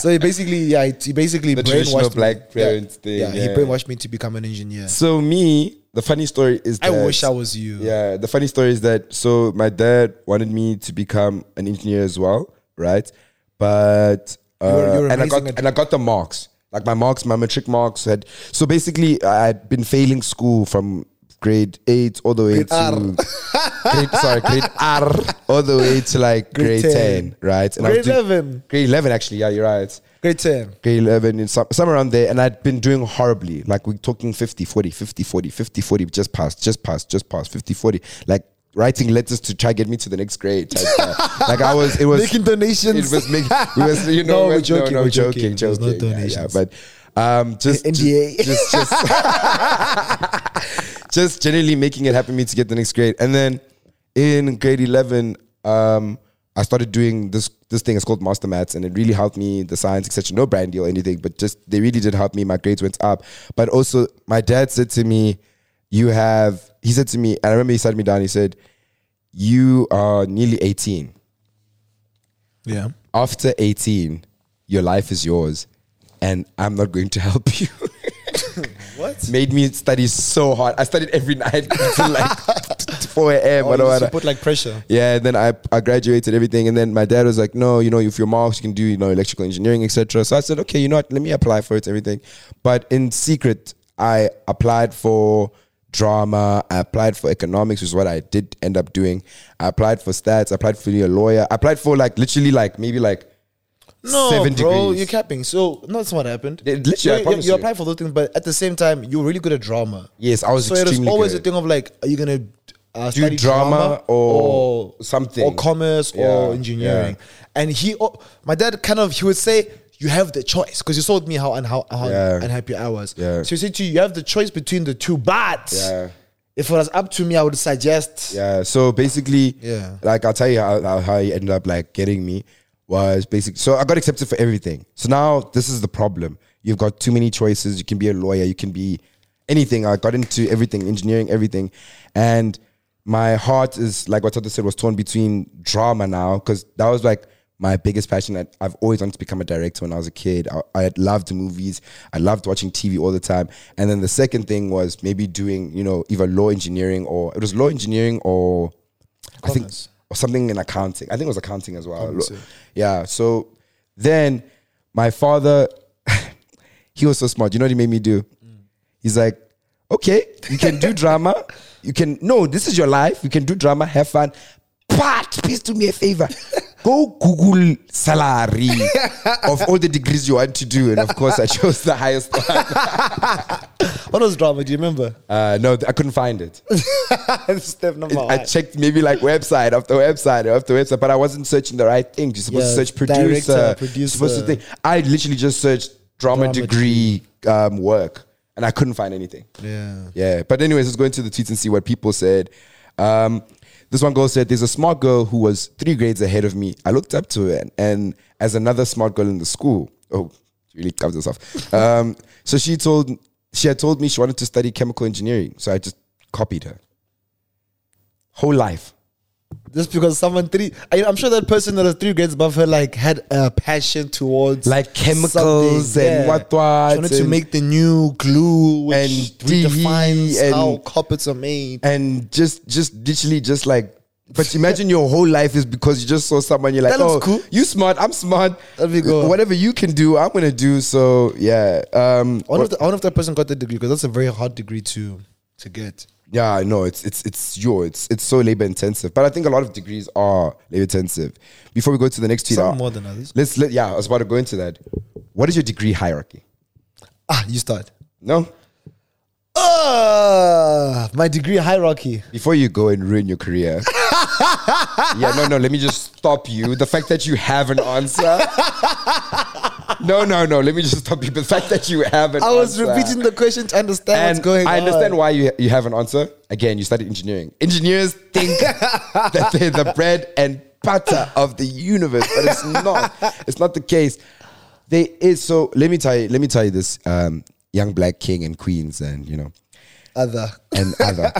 So he basically, yeah, he basically The traditional brainwashed black me. Yeah, parents thing, Yeah, he yeah. brainwashed me to become an engineer. So me, the funny story is I that wish I was you. Yeah, the funny story is that so my dad wanted me to become an engineer as well, right? But uh, were- you were and I amazing got at- and I got the marks. Like my marks, my matric marks had so basically I had been failing school from grade eight all the way to grade, sorry, grade R all the way to like Grade 10. grade, ten. right? And I was Grade doing- 11. Grade eleven actually, yeah, you're right Grade 10. grade 11 in some, somewhere around there and i'd been doing horribly like we're talking 50 40 50 40 50 40 just passed just passed just passed 50 40 like writing letters to try get me to the next grade type stuff. like i was it was Making donations. it was making we was you No, know we're we- joking, no, no, we're joking. joking There's no joking Yeah, yeah, donations. but um just NDA. just just, just, just generally making it happen for me to get the next grade and then in grade 11 um I started doing this this thing. It's called Master Maths, and it really helped me the science, etc. No brand deal, anything, but just they really did help me. My grades went up, but also my dad said to me, "You have." He said to me, and I remember he sat me down. He said, "You are nearly eighteen. Yeah. After eighteen, your life is yours, and I'm not going to help you." What? Made me study so hard. I studied every night until like four a.m. Oh, whatever, you whatever. should put like pressure. Yeah, and then I, I graduated everything, and then my dad was like, "No, you know, if your marks, you can do you know electrical engineering, etc." So I said, "Okay, you know what? Let me apply for it, everything." But in secret, I applied for drama. I applied for economics, which is what I did end up doing. I applied for stats. I applied for being a lawyer. I applied for like literally like maybe like No, seven bro, degrees. you're capping. So no, that's what happened. Yeah, literally, You- I you, promise you you. applied for those things, but at the same time, you're really good at drama. Yes, I was So it was extremely always good. a thing of like, are you gonna uh, Do study drama or something. or commerce or Yeah, engineering? And he, oh, my dad, kind of he would say. You have the choice because you told me how and how, how Yeah. unhappy I was. Yeah. So he said to you, you have the choice between the two, but Yeah. if it was up to me, I would suggest Yeah. So basically, Yeah. Like I'll tell you how how- how he ended up like getting me was basically so I got accepted for everything. So now this is the problem. You've got too many choices. You can be a lawyer. You can be anything. I got into everything, engineering, everything, and my heart is like what Tato said was torn between drama now because that was like my biggest passion. I, I've always wanted to become a director when I was a kid. I, I had loved movies. I loved watching TV all the time. And then the second thing was maybe doing, you know, either law engineering or it was law engineering or I think Commerce. or something in accounting. I think it was accounting as well. Lo- yeah. So then my father, he was so smart. You know what he made me do? He's like, okay, you can do drama. You can no, this is your life. You can do drama, have fun. But please do me a favor. Go Google salary of all the degrees you want to do. And of course, I chose the highest one. What was drama? Do you remember? Uh, no, I couldn't find it. Step number I one. checked maybe like website after website after website, but I wasn't searching the right thing. You're supposed Yeah, to search director, producer. producer. You're supposed to think. I literally just searched drama, Drama degree um, work, and I couldn't find anything. Yeah. Yeah. But anyways, let's go into the tweets and see what people said. Um, this one girl said, "There's a smart girl who was three grades ahead of me. I looked up to her, and, and as another smart girl in the school, oh, she really covers herself. Um, so she told she had told me she wanted to study chemical engineering. So I just copied her. Whole life, Just because someone three, I, I'm sure that person that was three grades above her like had a passion towards Like chemicals something, and what what She wanted to and- make the new glue, which and redefines DE and- how carpets are made. and just just literally just like." But imagine your whole life is because you just saw someone. You're like, That oh, looks cool." you smart. I'm smart. There we go. Whatever you can do, I'm gonna do. So yeah, um, I wonder, if the, I wonder if that person got the degree because that's a very hard degree to to get. Yeah, I know it's it's it's your it's it's so labor intensive. But I think a lot of degrees are labor intensive. Before we go to the next tweet, Some uh, more than others. let's let yeah, I was about to go into that. What is your degree hierarchy? Ah, you start. No? Uh, my degree hierarchy. Before you go and ruin your career. yeah, no, no, let me just stop you. The fact that you have an answer. No, no, no, let me just stop you. The fact that you have an I was answer. repeating the question to understand and what's going I on. understand why you, you have an answer. Again, you studied engineering. Engineers think that they're the bread and butter of the universe, but it's not. It's not the case. They is so. Let me tell you. Let me tell you this. Um, young black king and queens, and you know, Other. and other.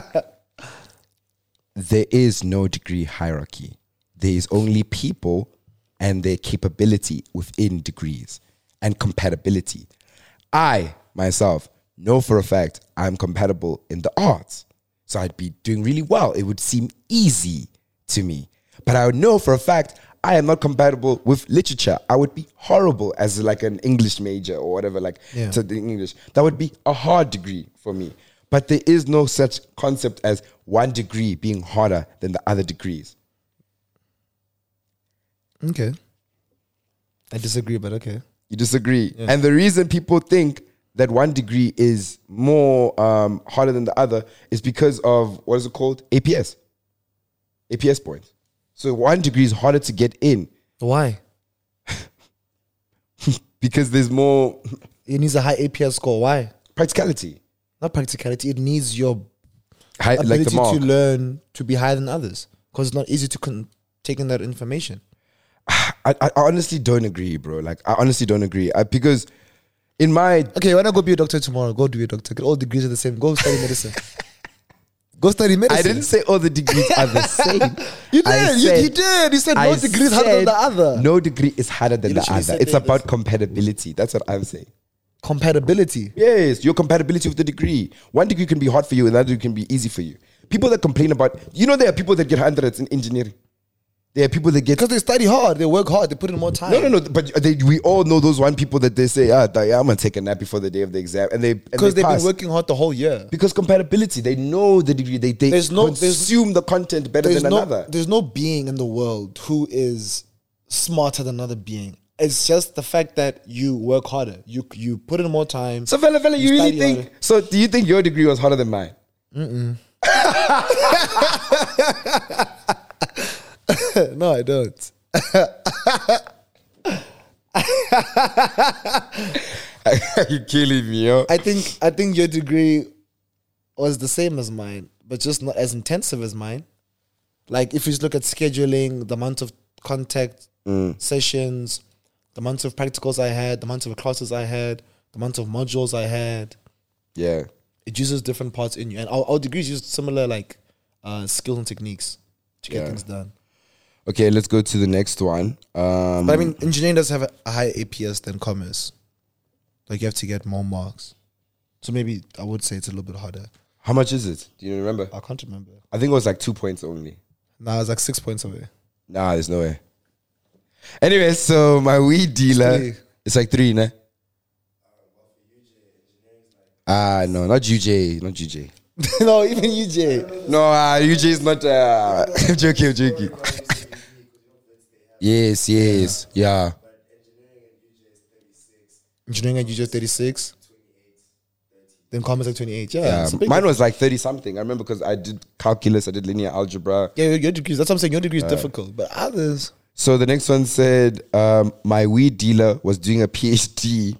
there is no degree hierarchy. There is only people and their capability within degrees and compatibility. I myself know for a fact I'm compatible in the arts. So I'd be doing really well. It would seem easy to me. But I would know for a fact I am not compatible with literature. I would be horrible as like an English major or whatever, like Yeah. to the English. That would be a hard degree for me. But there is no such concept as one degree being harder than the other degrees. Okay. I disagree, but okay. You disagree. And the reason people think that one degree is more um, harder than the other is because of what is it called? APS. APS points. So one degree is harder to get in Why? because there's more It needs a high APS score. Why? practicality. Not practicality. It needs your Hi- like ability the mark. to learn to be higher than others because it's not easy to con- take in that information. I, I honestly don't agree, bro. Like I honestly don't agree I, because in my Okay, when I go be a doctor tomorrow, go do your doctor. Get all degrees are the same. Go study medicine. go study medicine. I didn't say all the degrees are the same. You did. I you, said- you did. You said I no degree is harder than said the other. No degree is harder than You the literally other. said It's that. about compatibility. That's what I'm saying. Compatibility. Yes, your compatibility with the degree. One degree can be hard for you, another degree can be easy for you. People that complain about, you know, there are people that get hundreds in engineering. There are people that get. Because they study hard, they work hard, they put in more time. No, no, no. But they, we all know those one people that they say, ah, die, I'm gonna take a nap before the day of the exam, and they and Because they they've pass. been working hard the whole year. because compatibility. They know the degree. They they There's no- there's- consume the content better There's than no, another. there's no being in the world who is smarter than another being. It's just the fact that you work harder. You you put in more time. So fella, fella, you, You really study think? harder. So do you think your degree was harder than mine? no, I don't. You're killing me, yo. I think I think your degree was the same as mine, but just not as intensive as mine. Like if you just look at scheduling, the amount of contact sessions, the amount of practicals I had, the amount of classes I had, the amount of modules I had, yeah, it uses different parts in you, and our, our degrees use similar like uh, skills and techniques to get Yeah. things done. Okay, let's go to the next one. Um, But I mean, engineering does have a, a higher APS than commerce. Like you have to get more marks, so maybe I would say it's a little bit harder. how much is it? Do you remember? I can't remember. I think it was like two points only. Nah, it's like six points away. Nah, there's no way. Anyway, so my weed dealer, three. it's like three, nah. Ah, no, not UJ, not UJ. no, even UJ. ah, No, uh, UJ is not. Uh, I'm joking, I'm joking. Yes, yes, yeah. Engineering at UJ 36. Then commerce at 28. Yeah. yeah. it's a big- Mine was like 30 something. I remember because I did calculus, I did linear algebra. yeah, your, your degrees. That's what I'm saying. Your degree is difficult, but others. So the next one said, um, my weed dealer was doing a PhD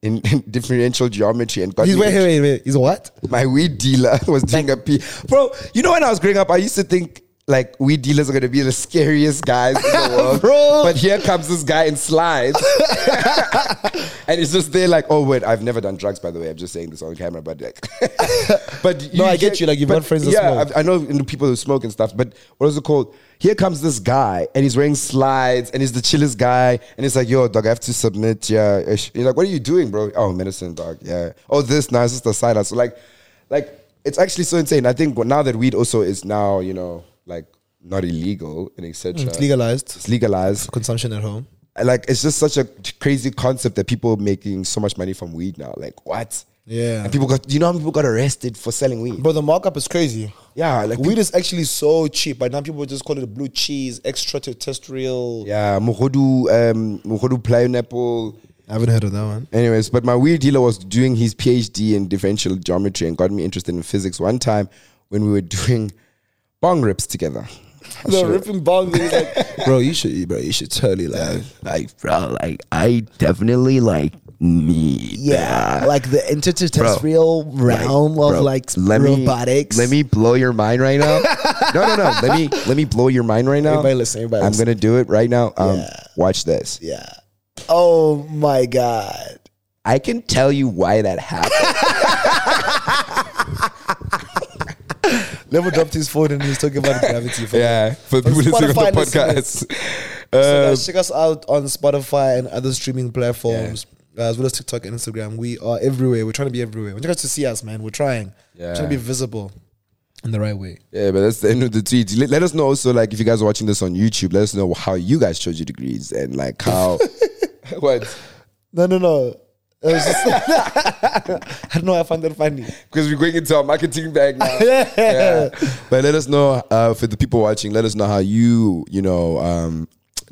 in, differential geometry and got He's me wait, wait, wait, wait. He's what? my weed dealer was doing a P. Bro, you know when I was growing up, I used to think like weed dealers are gonna be the scariest guys in the world. Bro. But here comes this guy in slides. and it's just there like, oh wait, I've never done drugs by the way. I'm just saying this on camera, but like but you No, I get you, like, you've but got friends that yeah, smoke. I, I know people who smoke and stuff, but what is it called? Here comes this guy and he's wearing slides and he's the chillest guy and he's like, yo, dog, I have to submit. Yeah. ish." You're like, what are you doing, bro? Oh, medicine, dog. Yeah. Oh, this, now it's just the side hustle. Like, like, it's actually so insane. I think now that weed also is now, you know, like not illegal and etc. It's legalized It's legalized. consumption at home. Like, it's just such a crazy concept that people are making so much money from weed now. Like, what? Yeah. And people got, you know, how many people got arrested for selling weed. But the markup is crazy. yeah, like Weed is actually so cheap. By now, people just call it blue cheese, extraterrestrial. Yeah, Mugodu, um, Mugodu pineapple. I haven't heard of that one. Anyways, but my weed dealer was doing his PhD in differential geometry and got me interested in physics one time when we were doing bong rips together. I'm The sure- ripping bong. thing is Like, bro, you should, bro, you should totally like, like bro like i definitely like need yeah, like the interterrestrial realm of bro, like let me- robotics. let me blow your mind right now. no, no, no. Let me let me blow your mind right now. Everybody listen, everybody I'm listen. gonna do it right now. Um, Yeah. watch this. yeah. Oh my god. I can tell you why that happened. Level dropped his phone and he's talking about gravity. For yeah, for people listening to the Spotify podcast. So Uh, guys, check us out on Spotify and other streaming platforms, uh, as well as TikTok and Instagram. We are everywhere. We're trying to be everywhere. We want you guys to see us, man. We're trying. We're trying to Yeah. be visible in the right way. Yeah, but that's the end of the tweet. Let, let us know also, like, if you guys are watching this on YouTube, let us know how you guys chose your degrees and like how. what? No, no, no. It was just- I don't know. I find that funny. Because we're going into our marketing bag now. yeah. But let us know uh, for the people watching. Let us know how you, you know, um,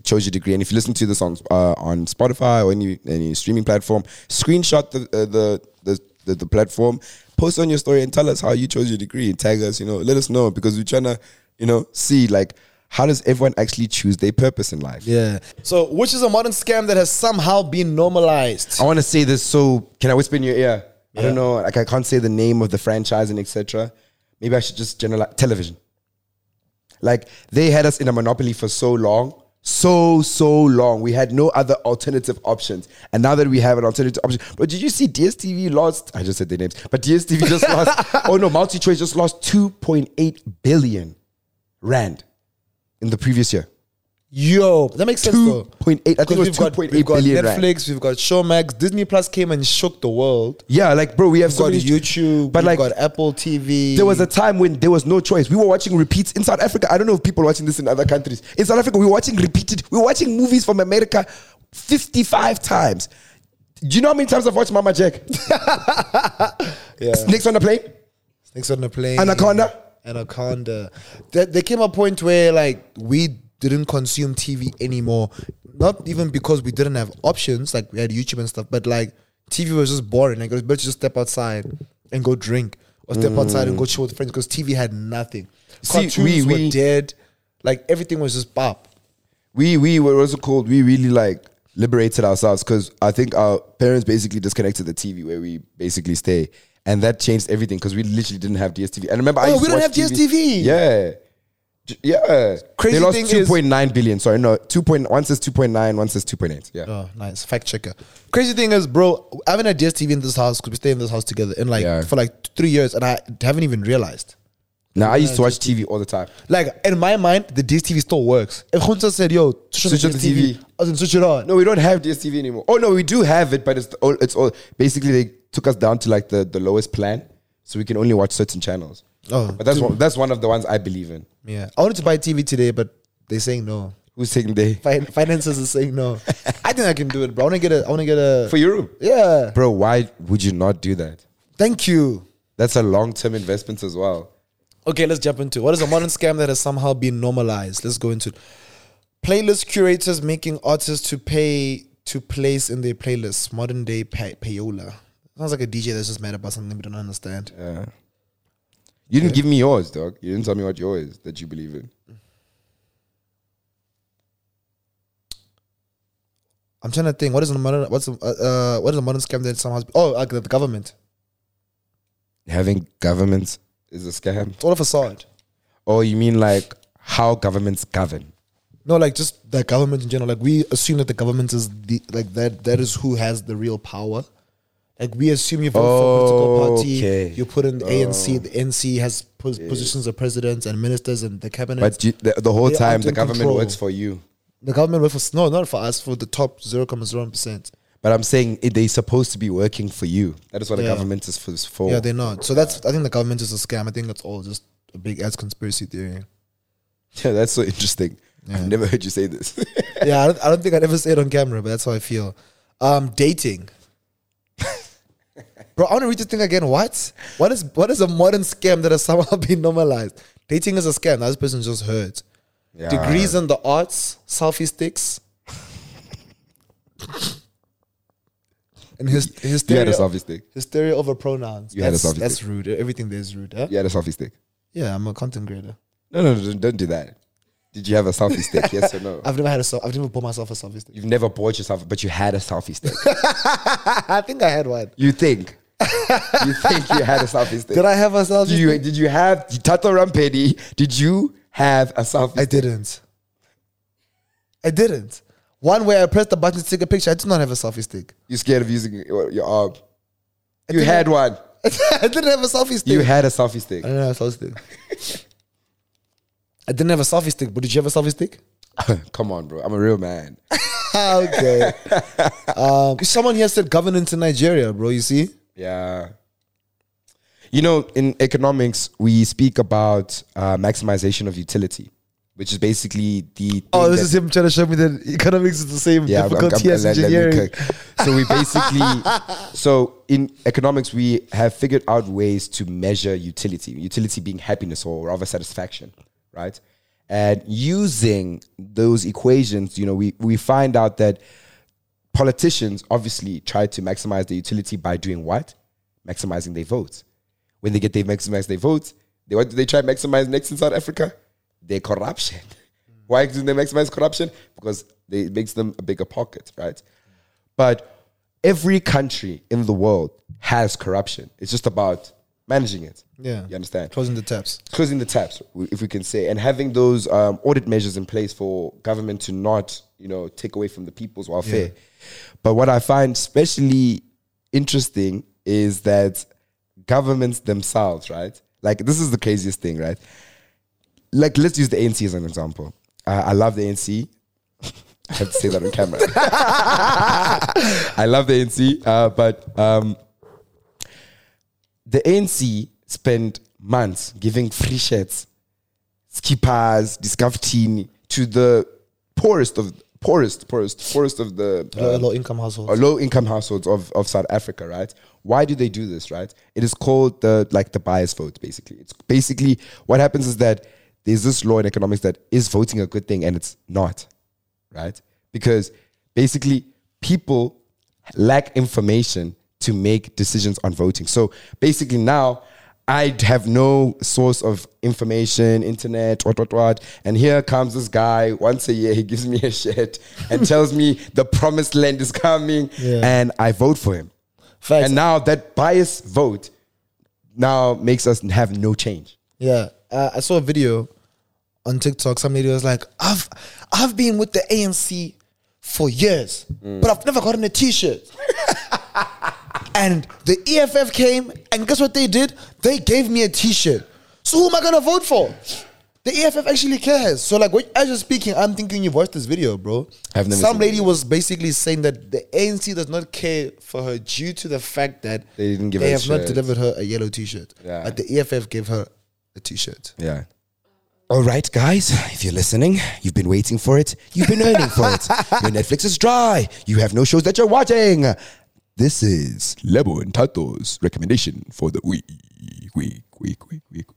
chose your degree. And if you listen to this on uh, on Spotify or any any streaming platform, screenshot the uh, the, the the the platform, post on your story, and tell us how you chose your degree. Tag us, you know. Let us know because we're trying to, you know, see like how does everyone actually choose their purpose in life. Yeah. So, which is a modern scam that has somehow been normalized? I want to say this. So can I whisper in your ear? I don't know. Like I can't say the name of the franchise and etc. Maybe I should just generalize television. Like they had us in a monopoly for so long, so so long. We had no other alternative options, and now that we have an alternative option, but did you see DSTV lost? I just said their names, but DSTV just lost. Oh no, MultiChoice just lost two point eight billion rand in the previous year. Yo, that makes sense Two though. point eight. I think it Because was we've two got, point we've eight got billion rand. Netflix, we've got Showmax, Disney Plus came and shook the world. Yeah, like bro, we have We've so got many- YouTube, but we've like got Apple TV. There was a time when there was no choice. We were watching repeats in South Africa. I don't know if people are watching this in other countries. In South Africa, we were watching repeated. We were watching movies from America 55 times. Do you know how many times I've watched Mama Jack? yeah. Snakes on the plane? Snakes on the plane. Anaconda? Anaconda. There, there came a point where like we didn't consume TV anymore. Not even because we didn't have options, like we had YouTube and stuff, but like TV was just boring. Like it was better to just step outside and go drink or step outside and go chill with friends because TV had nothing. See, Cartoons we- were we- dead. Like everything was just pop. we we what was it called? We really like liberated ourselves because I think our parents basically disconnected the TV where we basically stay, and that changed everything because we literally didn't have DSTV. And remember, I Oh, used we to don't watch have DStv. Yeah, J- yeah. Crazy they lost thing two is- point nine billion. Sorry, no, two point one says two point nine, one says two point eight. Yeah. Oh, nice. Fact checker. Crazy thing is, bro, I haven't had DSTV in this house because we stay in this house together in like Yeah. for like three years and I haven't even realized. Now I used to watch TV all the time. Like in my mind, the DSTV still works. If Hunter said, "Yo, switch, Switch on the on the DSTV," TV. I was in switch it on. No, we don't have DSTV anymore. Oh no, we do have it, but it's all it's all basically they took us down to like the, the lowest plan, so we can only watch certain channels. Oh, but that's one, that's one of the ones I believe in. Yeah, I wanted to buy a TV today, but they're saying no. Who's taking the Fin- finances is saying no. I think I can do it, bro. I want to get a. I want to get a. for your room? yeah. Bro, why would you not do that? Thank you. That's a long term investment as well. Okay, let's jump into what is a modern scam that has somehow been normalized. Let's go into. playlist curators making artists to pay to place in their playlists. Modern day pay- payola. Sounds like a DJ that's just mad about something we don't understand. Yeah. You didn't give me yours, dog. You didn't tell me what yours is that you believe in. I'm trying to think. What is a modern? What's a, uh, uh, what is a modern scam that somehow? Oh, like the government. Having governments is a scam. It's all a facade. Oh, you mean like how governments govern? No, like just the government in general. Like we assume that the government is the like that. That is who has the real power. Like we assume you vote for a political party. Okay. You put in the ANC. The NC has pos- positions of presidents and ministers and the cabinet. But you, the, the whole They are time, the in government control. works for you. the government works for no, not for us. For the top zero comma zero percent. But I'm saying it, they're supposed to be working for you. That is what a Yeah. government is for. is for. Yeah, they're not. So that's. I think the government is a scam. I think that's all just a big ass conspiracy theory. Yeah, that's so interesting. I've never heard you say this. yeah, I don't, I don't think I'd ever say it on camera, but that's how I feel. Um, dating. Bro, I want to read this thing again. What? What is what is a modern scam that has somehow been normalized? Dating is a scam. Now This person just heard. Yeah. Degrees in the arts, selfie sticks. and his, You had a hysteria, selfie stick. hysteria over pronouns. You had a that's, selfie that's stick. rude. Everything there is rude. Huh? You had a selfie stick. Yeah, I'm a content creator. No, no, no, don't- don't do that. Did you have a selfie stick? Yes or no? I've never had a self. I've never bought myself a selfie stick. You've never bought yourself, but you had a selfie stick. I think I had one. You think? you think you had a selfie stick? Did I have a selfie? Did you, did you have Tato Rampedi? Did you have a selfie? I didn't. I didn't. One way I pressed the button to take a picture. I did not have a selfie stick. You scared of using your your arm? You didn't- had one. I didn't have a selfie stick. You had a selfie stick. I didn't have a selfie stick. I didn't have a selfie stick, but did you have a selfie stick? Come on, bro. I'm a real man. okay. Um, someone here said governance in Nigeria, bro. You see? Yeah. You know, in economics, we speak about uh, maximization of utility, which is basically the. Oh, thing this that- is him trying to show me that economics is the same yeah, I'm- difficulty I'm- as let- let me engineering. cook. So we basically, so in economics, we have figured out ways to measure utility. Utility being happiness or rather satisfaction, right? And using those equations, you know, we we find out that politicians obviously try to maximize their utility by doing what? Maximizing their votes. When they get they maximize their votes, they what do they try to maximize next in South Africa? Their corruption. Why do they maximize corruption? Because they, it makes them a bigger pocket, right? But every country in the world has corruption. It's just about managing it. Yeah. You understand? Closing the taps. closing the taps, if we can say, and having those um, audit measures in place for government to not, you know, take away from the people's welfare. But what I find especially interesting is that governments themselves, right? Like this is the craziest thing, right? Like let's use the ANC as an example. Uh, I love the ANC. I have to say that on camera. I love the ANC, uh, but um, the ANC spent months giving free shirts, skippers, discafftini to the poorest of poorest, poorest, poorest of the Low, uh, low income households. or low income households of, of South Africa, right? Why do they do this, right? It is called the like the bias vote, basically. It's basically what happens is that there's this law in economics that is voting a good thing and it's not, right? Because basically people lack information to make decisions on voting. So basically now I have no source of information, internet, what, what, what. And here comes this guy once a year. He gives me a shit and tells me the promised land is coming, Yeah. and I vote for him. Facts. And now that bias vote now makes us have no change. Yeah, uh, I saw a video on TikTok. Some lady was like, "I've I've been with the ANC for years, Mm. but I've never gotten a T-shirt." and the EFF came, and guess what they did? They gave me a T-shirt. So who am I gonna vote for? The EFF actually cares. So like, when, as you're speaking, I'm thinking you watched this video, bro. I've never Some seen lady was basically saying that the ANC does not care for her due to the fact that They didn't give they her a have not shirt. delivered her a yellow T-shirt. Yeah. But the EFF gave her a T-shirt. Yeah. All right, guys, if you're listening, you've been waiting for it, you've been earning for it. Your Netflix is dry, you have no shows that you're watching. This is Lebo and Tato's recommendation for the week, week, week, week, week, week. week.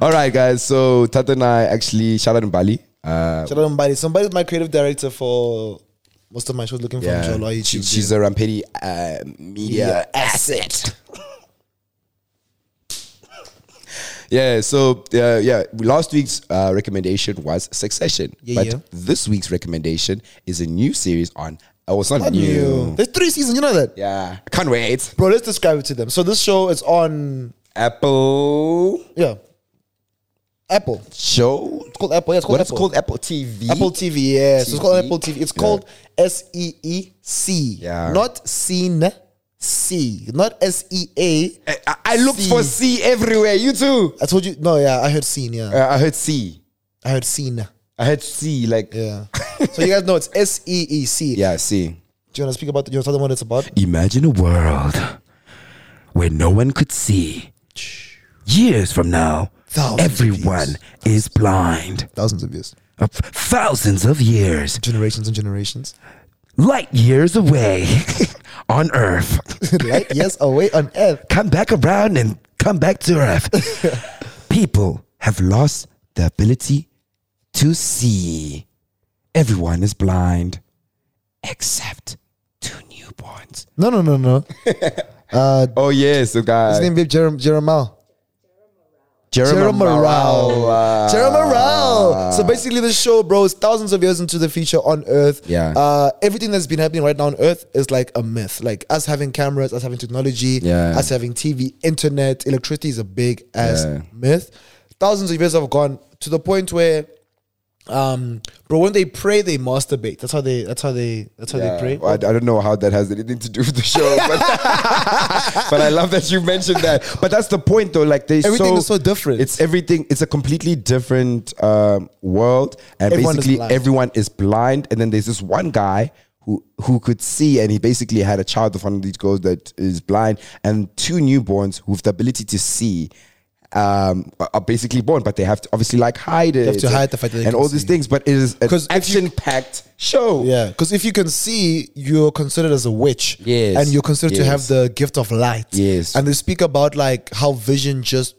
All right, guys. So Tata and I actually shout out in Bali. Uh, Shout out Mbadi. So Mbadi's my creative director for most of my shows. Looking for yeah, Mjolo she- YouTube. she's a Rampedi uh, media asset. yeah. So uh, yeah, last week's uh, recommendation was Succession, Yeah, but yeah. this week's recommendation is a new series on. Oh, it's not, Not new. new. There's three seasons. You know that, Yeah, I can't wait. bro. Let's describe it to them. So this show is on Apple yeah, Apple. It's show. called Apple. Yeah, it's called What is Apple. called Apple TV? Apple TV, yeah. So it's called TV. Apple TV. It's Yeah. called S E E C. Yeah. Not seen C. Not S E A. I, I looked for C everywhere. You too. I told you no, yeah, I heard seen, yeah. Uh, I heard C. I heard seen. I heard C. Like Yeah. so you guys know it's S E E C. yeah, C. Do you wanna speak about the, you wanna tell them what it's about? Imagine a world where no one could see. Years from now, Thousands of everyone is blind. Thousands of years. Uh, Thousands of years, Generations and generations. light years away on Earth. Light years away on Earth. come back around and come back to earth. People have lost the ability to see. Everyone is blind except two newborns. No no no no. Oh yes, the guy. His name is Jerem Jeremal. Jerome Morale. Wow. Morale. Jerome Morale. So basically, the show, bro, is thousands of years into the future on Earth. Yeah. Uh, everything that's been happening right now on Earth is like a myth. Like us having cameras, us having technology, Yeah. us having TV, internet, electricity is a big ass Yeah. myth. Thousands of years have gone to the point where, um, bro, when they pray, they masturbate. That's how they. That's how they. That's how Yeah. they pray. Well, I, I don't know how that has anything to do with the show, but, but I love that you mentioned that. But that's the point, though. Like they Everything so, is so different. It's everything. It's a completely different um, world, and Everyone is basically blind. everyone is blind. And then there's this one guy who who could see, and he basically had a child of one of these girls that is blind, and two newborns with the ability to see. Um, are- are basically born, but they have to obviously like hide it. have to hide the fact that they and can all these see. things. But it is an 'Cause if you- action-packed show. Yeah, because if you can see, you're considered as a witch. Yes. And you're considered to have Yes. the gift of light. Yes. And they speak about like how vision just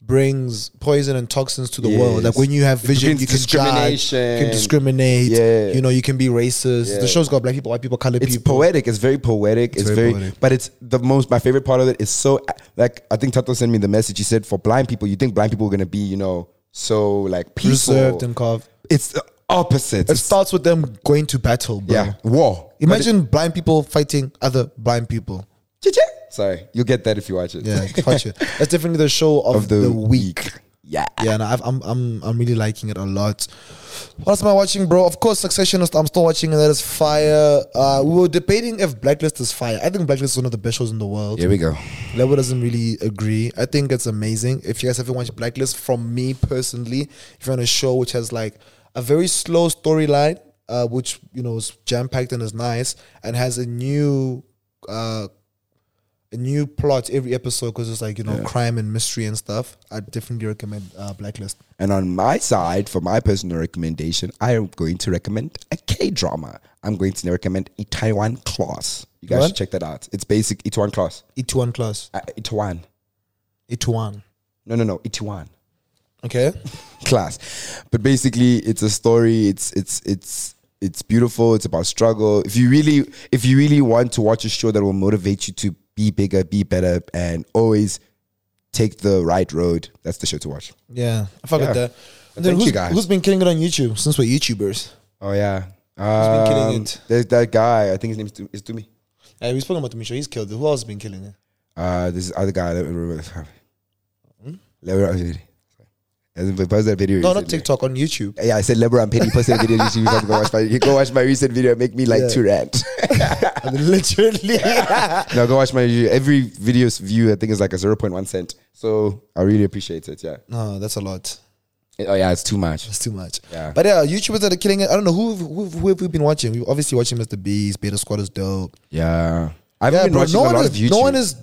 brings poison and toxins to the world. Like Yes. when you have It vision, brings you can judge, you discrimination. can discriminate. Yeah. You know, you can be racist. Yeah. The show's got black people, white people, colored it's people. poetic. It's very poetic. It's, very very, poetic. but it's the most. My favorite part of it is so like I think Tato sent me the message. He said for blind people, you think blind people are gonna be you know so like peaceful. Reserved and carved. it's the opposite. It It's, starts with them going to battle, bro. yeah, war. But Imagine blind people fighting other blind people. it- Cha-cha. Sorry, you'll get that if you watch it. Yeah, watch it. That's definitely the show of, Of the, the week. week. Yeah. yeah, no, I've, I'm I'm I'm really liking it a lot. What else am I watching, bro? Of course, Succession. is- I'm still watching, and that is fire. Uh, we were debating if Blacklist is fire. I think Blacklist is one of the best shows in the world. Here we go. Lebo doesn't really agree. I think it's amazing. If you guys haven't watched Blacklist, from me personally, if you're on a show which has like a very slow storyline, uh, which you know is jam packed and is nice, and has a new uh, a new plot every episode because it's like you know crime and mystery and stuff. I definitely recommend uh, Blacklist. And on my side, for my personal recommendation, I am going to recommend a K drama. I'm going to recommend Itaewon Class. You guys What? should check that out. It's basic Itaewon Class. Ituan E class. Uh, Itaewon. Ituan. No, no, no. Itaewon. Okay. class. But basically, it's a story. It's it's it's it's beautiful. It's about struggle. If you really if you really want to watch a show that will motivate you to be bigger, be better, and always take the right road, that's the show to watch. Yeah. I fuck with Yeah. that. And then Thank who's, you, guys. who's been killing it on YouTube since we're YouTubers? Oh yeah. been killing Um, it. There's that guy. I think his name is, Tu- is Tumi. Hey, we spoke about Misha. He's killed it. Who else has been killing it? Uh, this other guy. Let me remember. Lebron- uh, As in, but post that video Hmm? No, not recently. TikTok on YouTube. Yeah, I said Lebron and Penny posted a video. You should go watch my you go watch my recent video. and Make me like Yeah. two rand. I mean, Literally. no, go watch my every video's view. I think is like a zero point one cent. So I really appreciate it. Yeah. no, that's a lot. Oh yeah, it's too much. That's too much. Yeah. But yeah, YouTubers that are killing it. I don't know who who, who have we been watching. We've obviously watching Mr. Beast, Beta Squad is dope. Yeah, I've Yeah, been bro, watching no a one lot is of YouTube. no one is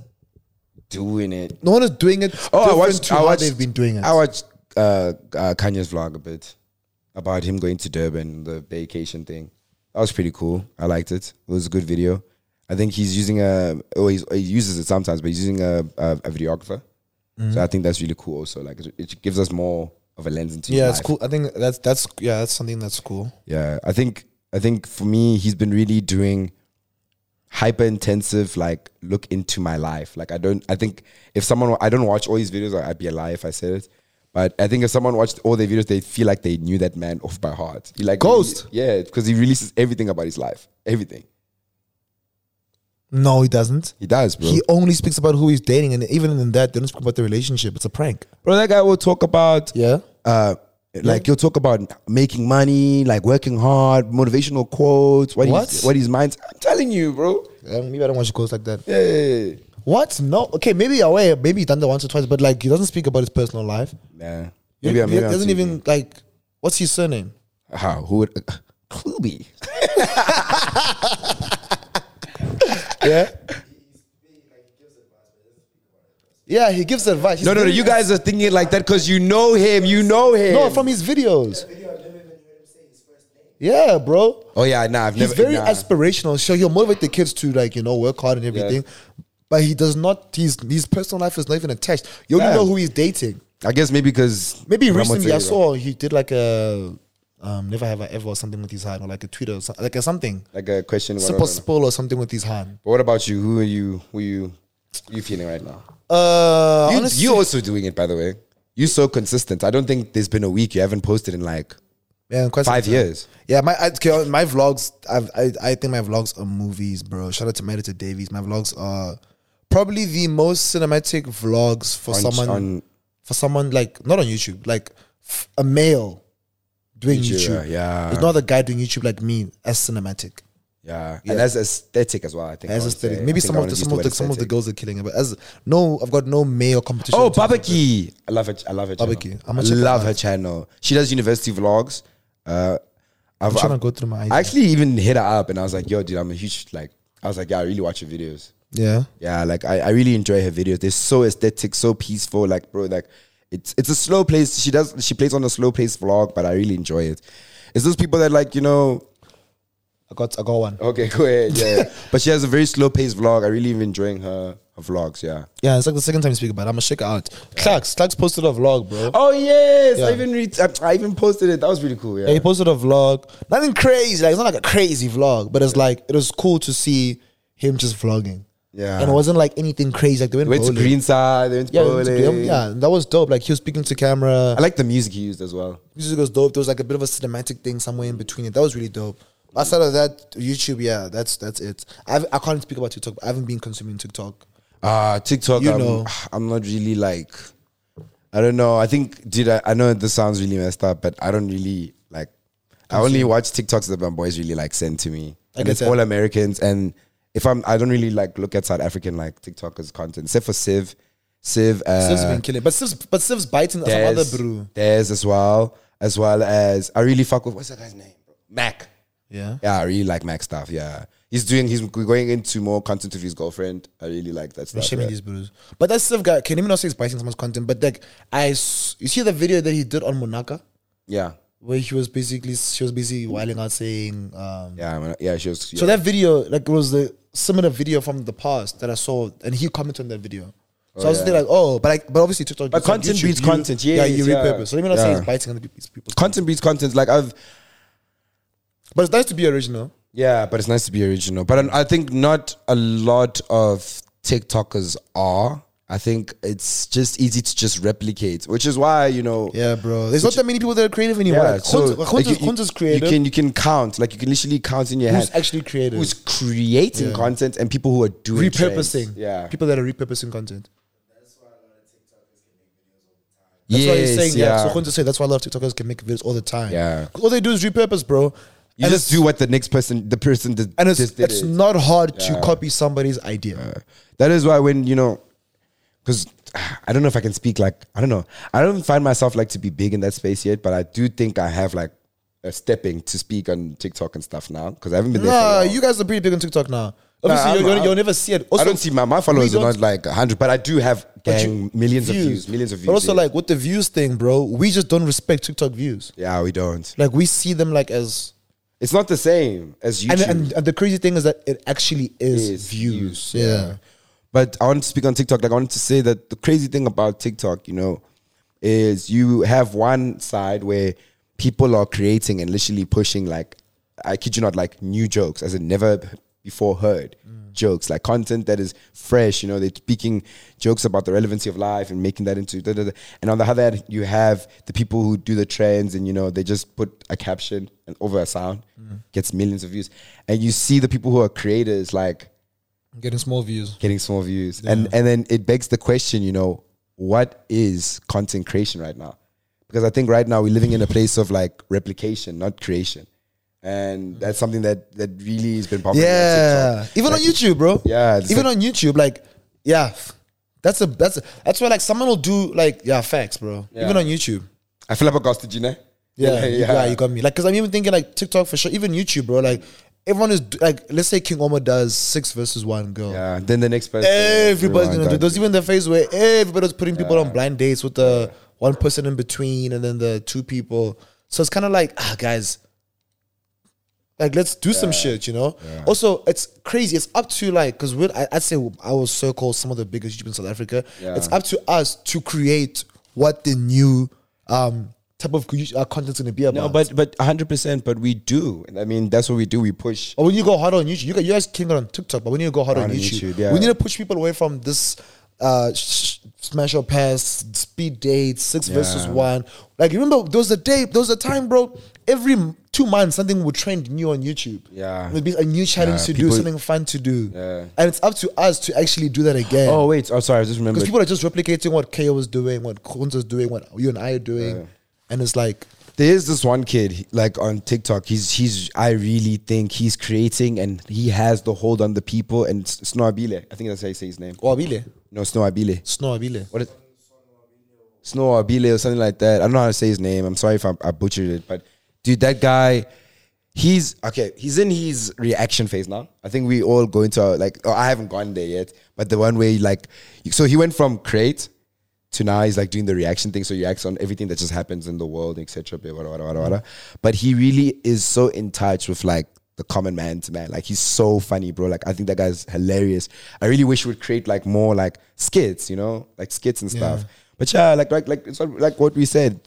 doing it. no one is doing it. Oh, I different watched. to I how watched. they've been doing it. I watched uh, uh, Kanye's vlog a bit about him going to Durban, the vacation thing. That was pretty cool. I liked it. It was a good video. I think he's using a. Oh, he's, he uses it sometimes, but he's using a, a, a videographer. So I think that's really cool. Also, like it, it gives us more of a lens into his Yeah, it's life. cool. I think that's that's yeah, that's something that's cool. Yeah, I think I think for me, he's been really doing hyper intensive like look into my life. Like I don't, I think if someone I don't watch all these videos, I'd be a liar if I said it. But I think if someone watched all their videos, they feel like they knew that man off by heart. He like Ghost. yeah, because he releases everything about his life, everything No, he doesn't. he does, bro. He only speaks about who he's dating, and even in that, they don't speak about the relationship. It's a prank. bro, that guy will talk about Yeah. uh, like you'll talk about making money, like working hard, motivational quotes, what What? his, what his mind's. I'm telling you, bro. Um, maybe I don't watch goes like that. Yeah, yeah, yeah. What? No. Okay, maybe away. Maybe he done that once or twice, but like he doesn't speak about his personal life. Nah. He, Maybe, I'm- he maybe I'm doesn't thinking. even like. What's his surname? How? Who would. uh, Klubi. Yeah. yeah, he gives advice. He's No, no, no. very- You guys are thinking like that because you know him. You know him. No, from his videos. Yeah, bro. Oh, yeah, nah. I've He's never. very nah. aspirational. So he'll motivate the kids to like you know work hard and everything. But he does not. His his personal life is not even attached. You only Yeah. know who he's dating. I guess maybe because. Maybe recently I saw he did like a um, never have I ever or something with his hand or like a tweet or something, like a something Like a question. What, simple spill or something with his hand. but what about you? Who are you? Who you? You feeling right now? Uh, You, honestly, you also doing it, by the way. You're so consistent. I don't think there's been a week you haven't posted in like man, quite some five time. years. Yeah, my I- okay, my vlogs. I've, I I think my vlogs are movies, bro. Shout out to my editor Davies. My vlogs are probably the most cinematic vlogs for On- someone on- for someone like not on YouTube, like f- a male doing YouTube, YouTube. yeah. there's no other guy doing YouTube like me as cinematic Yeah. And that's aesthetic as well, I think. I as would aesthetic. say. I Maybe think some I of would the use some of word the some of the aesthetic. girls are killing it, but as no, I've got no male competition. Oh, in terms of it. Babaki. I love her. I love her. Babaki. Channel. I'm I gonna check her love out. her channel. She does university vlogs. Uh, I've, I'm trying to I've- go through my I eyes. actually even hit her up and I was like, "Yo, dude, I'm a huge like." I was like, "Yeah, I really watch your videos. Yeah, Yeah, like I, I really enjoy her videos. They're so aesthetic, so peaceful. Like, bro, like it's it's a slow place. She does she plays on a slow pace vlog, but I really enjoy it. It's those people that like you know I got I got one. Okay, go ahead. Yeah. yeah. but she has a very slow paced vlog. I really am enjoying her, her vlogs. Yeah. Yeah, it's like the second time you speak about. it. I'm gonna check it out. Clarks, Clarks posted a vlog, bro. Oh yes, Yeah. I even re- I, I even posted it. That was really cool. Yeah. Yeah, he posted a vlog. Nothing crazy. Like it's not like a crazy vlog, but it's like it was cool to see him just vlogging. Yeah. And it wasn't like anything crazy. Like they went, went to bowling. Greenside. They went to Yeah, they went bowling. to Green- yeah, and that was dope. Like he was speaking to camera. I like the music he used as well. Music was dope. There was like a bit of a cinematic thing somewhere in between it. That was really dope. Outside of that, YouTube, yeah, that's that's it. I've, I can't speak about TikTok. I haven't been consuming TikTok. Uh TikTok. You I'm, know. I'm not really like. I don't know. I think, dude. I, I know this sounds really messed up, but I don't really like. I only watch TikToks that my boys really like send to me, I and get it's that. all Americans. And if I'm, I don't really like look at South African like TikTokers content, except for Civ, Civ, uh, Siv's been killing, but Siv's but Siv's biting some other There's, brew. there's as well, as well as I really fuck with what's that guy's name? bro? Mac. Yeah. Yeah, I really like Mac stuff. Yeah, he's doing. He's going into more content with his girlfriend. I really like that I'm stuff. shaming yeah. these bros. But that's Siv guy. Can even not say he's biting someone's content, but like I, s- you see the video that he did on Monaka yeah, where he was basically she was busy whiling out saying. Um, yeah, I mean, yeah. She was. Yeah. So that video like it was the similar video from the past that I saw, and he commented on that video. So I was yeah. thinking like, oh, but like, but obviously TikTok. But it's on content YouTube, beats you- content, yeah, you yes, yeah. repurpose. So let me not say Yeah. he's biting on people's people. content beats content. Like I've. But it's nice to be original. Yeah, but it's nice to be original. But I I think not a lot of TikTokers are. I think it's just easy to just replicate, which is why you know. Yeah, bro. There's not that many people that are creative anymore. Yeah, like, so, Hunter, like, Hunter's, you- you- Hunter's creative. You can you can count like you can literally count in your Who's head actually creative? who's creating content and people who are doing trends. repurposing. Yeah, people that are repurposing content. that's That's why he's saying yeah. So Hunter said that's why a lot of TikTokers can make videos all the time. Yeah. 'Cause All they do is repurpose, bro. you and just do what the next person, the person that and it's just did it's it. not hard to copy somebody's idea. that is why when you know, because I don't know if I can speak like I don't know. I don't find myself like to be big in that space yet, but I do think I have like a stepping to speak on TikTok and stuff now because I haven't been there. for a Nah, while. you guys are pretty big on TikTok now. Obviously, I'm- you'll- you'll, I'm- you'll never see it. I don't see my, my followers we are don't- not like 100, but I do have but gang you- millions of views, millions of views. But also, yeah. like with the views thing, bro, we just don't respect TikTok views. yeah, we don't. Like we see them like as It's not the same as YouTube. and, and, and the crazy thing is that it actually is, Is views. Yeah. But I wanted to speak on TikTok. Like I wanted to say that the crazy thing about TikTok, you know, is you have one side where people are creating and literally pushing like I kid you not, like new jokes, as it never before heard jokes, like content that is fresh. You know, they're speaking jokes about the relevancy of life and making that into. Da, da, da. And on the other hand, you have the people who do the trends and, you know, they just put a caption and over a sound, gets millions of views. And you see the people who are creators, like, Getting small views. getting small views. And and then it begs the question, you know, what is content creation right now? Because I think right now we're living in a place of like replication, not creation. And that's something that that really has been popular. on Yeah, TikTok. even on Like, YouTube, bro. Yeah, it's even like- on YouTube, like, yeah, f- that's a that's a, that's where like someone will do like yeah facts, bro. Even on YouTube, I feel like a you know? yeah, yeah, you got me. Like, cause I'm even thinking like TikTok for sure, even YouTube, bro. Like, everyone is do- like, let's say King Omar does six versus one girl. Yeah. Then the next person. Everybody's everyone gonna do. does There's it. even the phase where everybody's putting people on blind dates with the one person in between, and then the two people. So it's kind of like, ah, guys, like let's do some shit, you know. Also, it's crazy. It's up to like, cause we're, I, I'd say I will circle some of the biggest YouTubers in South Africa. Yeah. It's up to us to create what the new um type of cre- uh, content's gonna be about. No, but but 100%, but we do. I mean, that's what we do. We push. But when you go hard on YouTube, you, guys- you guys can go on TikTok, but when you go hard on, on YouTube, YouTube, yeah. we need to push people away from this uh, sh- smash or pass, speed dates, six versus one. Like, remember, there was a day, there was a time, bro, every m- two months, something would trend new on YouTube. Yeah. It'd be a new challenge Yeah, to do, people- something fun to do. Yeah. And it's up to us to actually do that again. Oh, wait. Oh, sorry. I just remembered. Because people are just replicating what KO was doing, what Kunz was doing, what you and I are doing. And it's like, There's this one kid he- like on TikTok. He's he's I really think he's creating and he has the hold on the people and S- Snow Abile. I think that's how you say his name. oh, Abile, No, Snow Abile. Snow Abile. What is Snow Abile or something like that? I don't know how to say his name. I'm sorry if I, I butchered it, but dude, that guy, he's okay. He's in his reaction phase now. I think we all go into our, like. Oh, I haven't gone there yet, but the one where you like, so he went from create to now he's like doing the reaction thing. So he acts on everything that just happens in the world, etc. blah, blah, blah, blah, blah, blah. But he really is so in touch with like the common man to man. Like he's so funny, bro. Like I think that guy's hilarious. I really wish we would create like more like skits, you know, like skits and stuff. But yeah, like like like it's what- like what we said.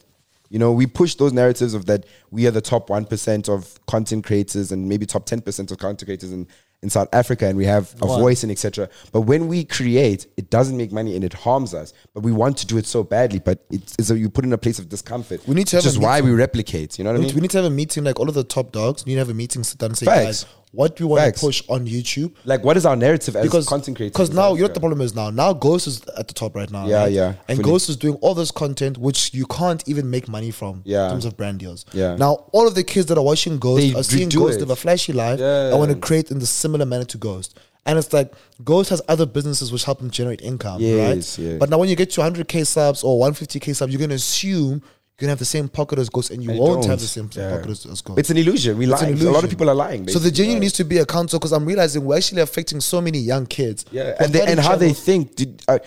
You know, we push those narratives of that we are the top one percent of content creators and maybe top ten percent of content creators in, in South Africa, and we have a Wow. voice voice and etc. But when we create, it doesn't make money and it harms us. But we want to do it so badly. But it's, it's a, you put in a place of discomfort. We need to which have a is why we replicate. You know what I We mean? need, we need to have a meeting, like all of the top dogs. We need to have a meeting, sit down and say, Facts. guys, what do we want Facts. to push on YouTube? like, what is our narrative as Because content creators? because in now South you know what the Africa? problem is now. Now Ghost is at the top right now. Yeah, right? yeah, And fully. Ghost is doing all this content which you can't even make money from Yeah. in terms of brand deals. Yeah. Now all of the kids that are watching Ghost They are seeing redo Ghost it. live a flashy life. Yeah. I want to create in the similar manner to Ghost. And it's like Ghost has other businesses which help him generate income, Yes, right? yes. But now when you get to 100k subs or 150k subs, you're gonna assume you're gonna have the same pocket as Ghost, and you And won't have don't. the same Yeah. pocket as, as Ghost. It's an illusion. We It's lie. an A lot illusion. of people are lying. So the basically. genuine needs to be a council because I'm realizing we're actually affecting so many young kids. Yeah, We're and they, and starting how they channels- think. Did, I,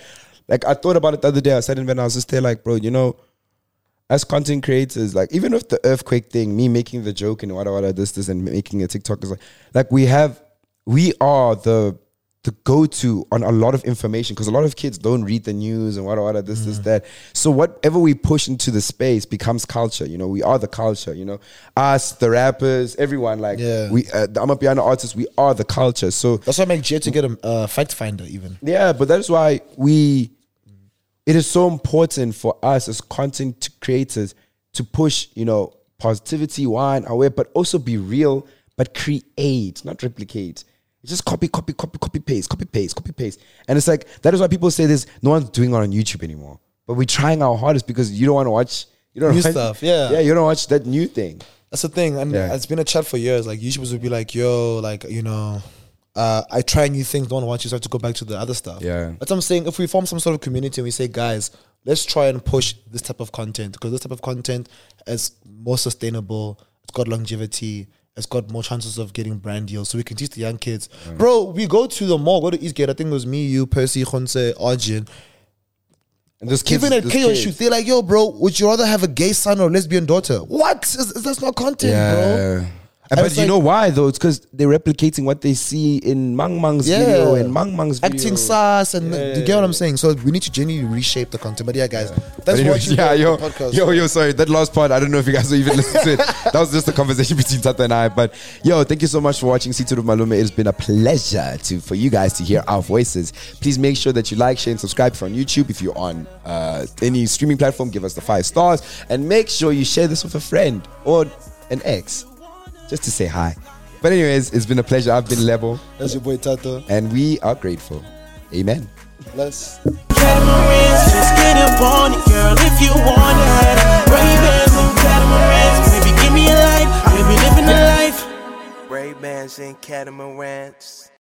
like I thought about it the other day. I said in Van, I was just there, like, bro, you know, as content creators, like even with the earthquake thing, me making the joke and wada wada this this and making a TikTok is like, like we have, we are the the go to on a lot of information because a lot of kids don't read the news and wada wada this this that. So whatever we push into the space becomes culture. You know, we are the culture. You know, us the rappers, everyone like Yeah. we uh, the Amapiano artists, we are the culture. So That's why I make Jay to get a uh, fact finder even. yeah, but that's why we. It is so important for us as content creators to push, you know, positivity, wine, aware, but also be real, but create, not replicate. It's just copy, copy, copy, copy, paste, copy, paste, copy, paste. And it's like, that is why people say this, no one's doing it on YouTube anymore. But we're trying our hardest because you don't want to watch, you don't New want- stuff, yeah. Yeah, you don't watch that new thing. That's the thing, and Yeah. it's been a chat for years. Like YouTubers would be like, "Yo, like you know, uh, I try new things, don't want you, so I have to go back to the other stuff." Yeah. that's what I'm saying. If we form some sort of community and we say, "Guys, let's try and push this type of content because this type of content is more sustainable. It's got longevity." It's got more chances of getting brand deals, so we can teach the young kids. Bro, we go to the mall, go to Eastgate. I think it was me, you, Percy, Khonse, Arjun. And those kids, Even at those KO kids- shoot, they're like, "Yo, bro, would you rather have a gay son or lesbian daughter?" What? Is, is that's not content, Yeah. bro. But it's you like- know why though? It's because they're replicating what they see in Mang Mang's Yeah. video and Mang Mang's video. acting sass and you get what I'm saying. So we need to genuinely reshape the content. But yeah, guys, But that's anyway, what you yeah, yo, podcast. yo, yo, sorry. That last part, I don't know if you guys even listened to it. That was just a conversation between Tata and I. But yo, thank you so much for watching Sito of Malume. It's been a pleasure to for you guys to hear our voices. Please make sure that you like, share, and subscribe if you're on YouTube. If you're on uh, any streaming platform, give us the five stars. And make sure you share this with a friend or an ex just to say hi. But, anyways, it's been a pleasure. I've been Lebo, That's your boy Tato. and we are grateful. Amen. Let's. Catamarans, just get up on it, girl, if you want it. Ray-Bans and catamarans, baby, give me a light. We'll be living a life. Ray-Bans and catamarans.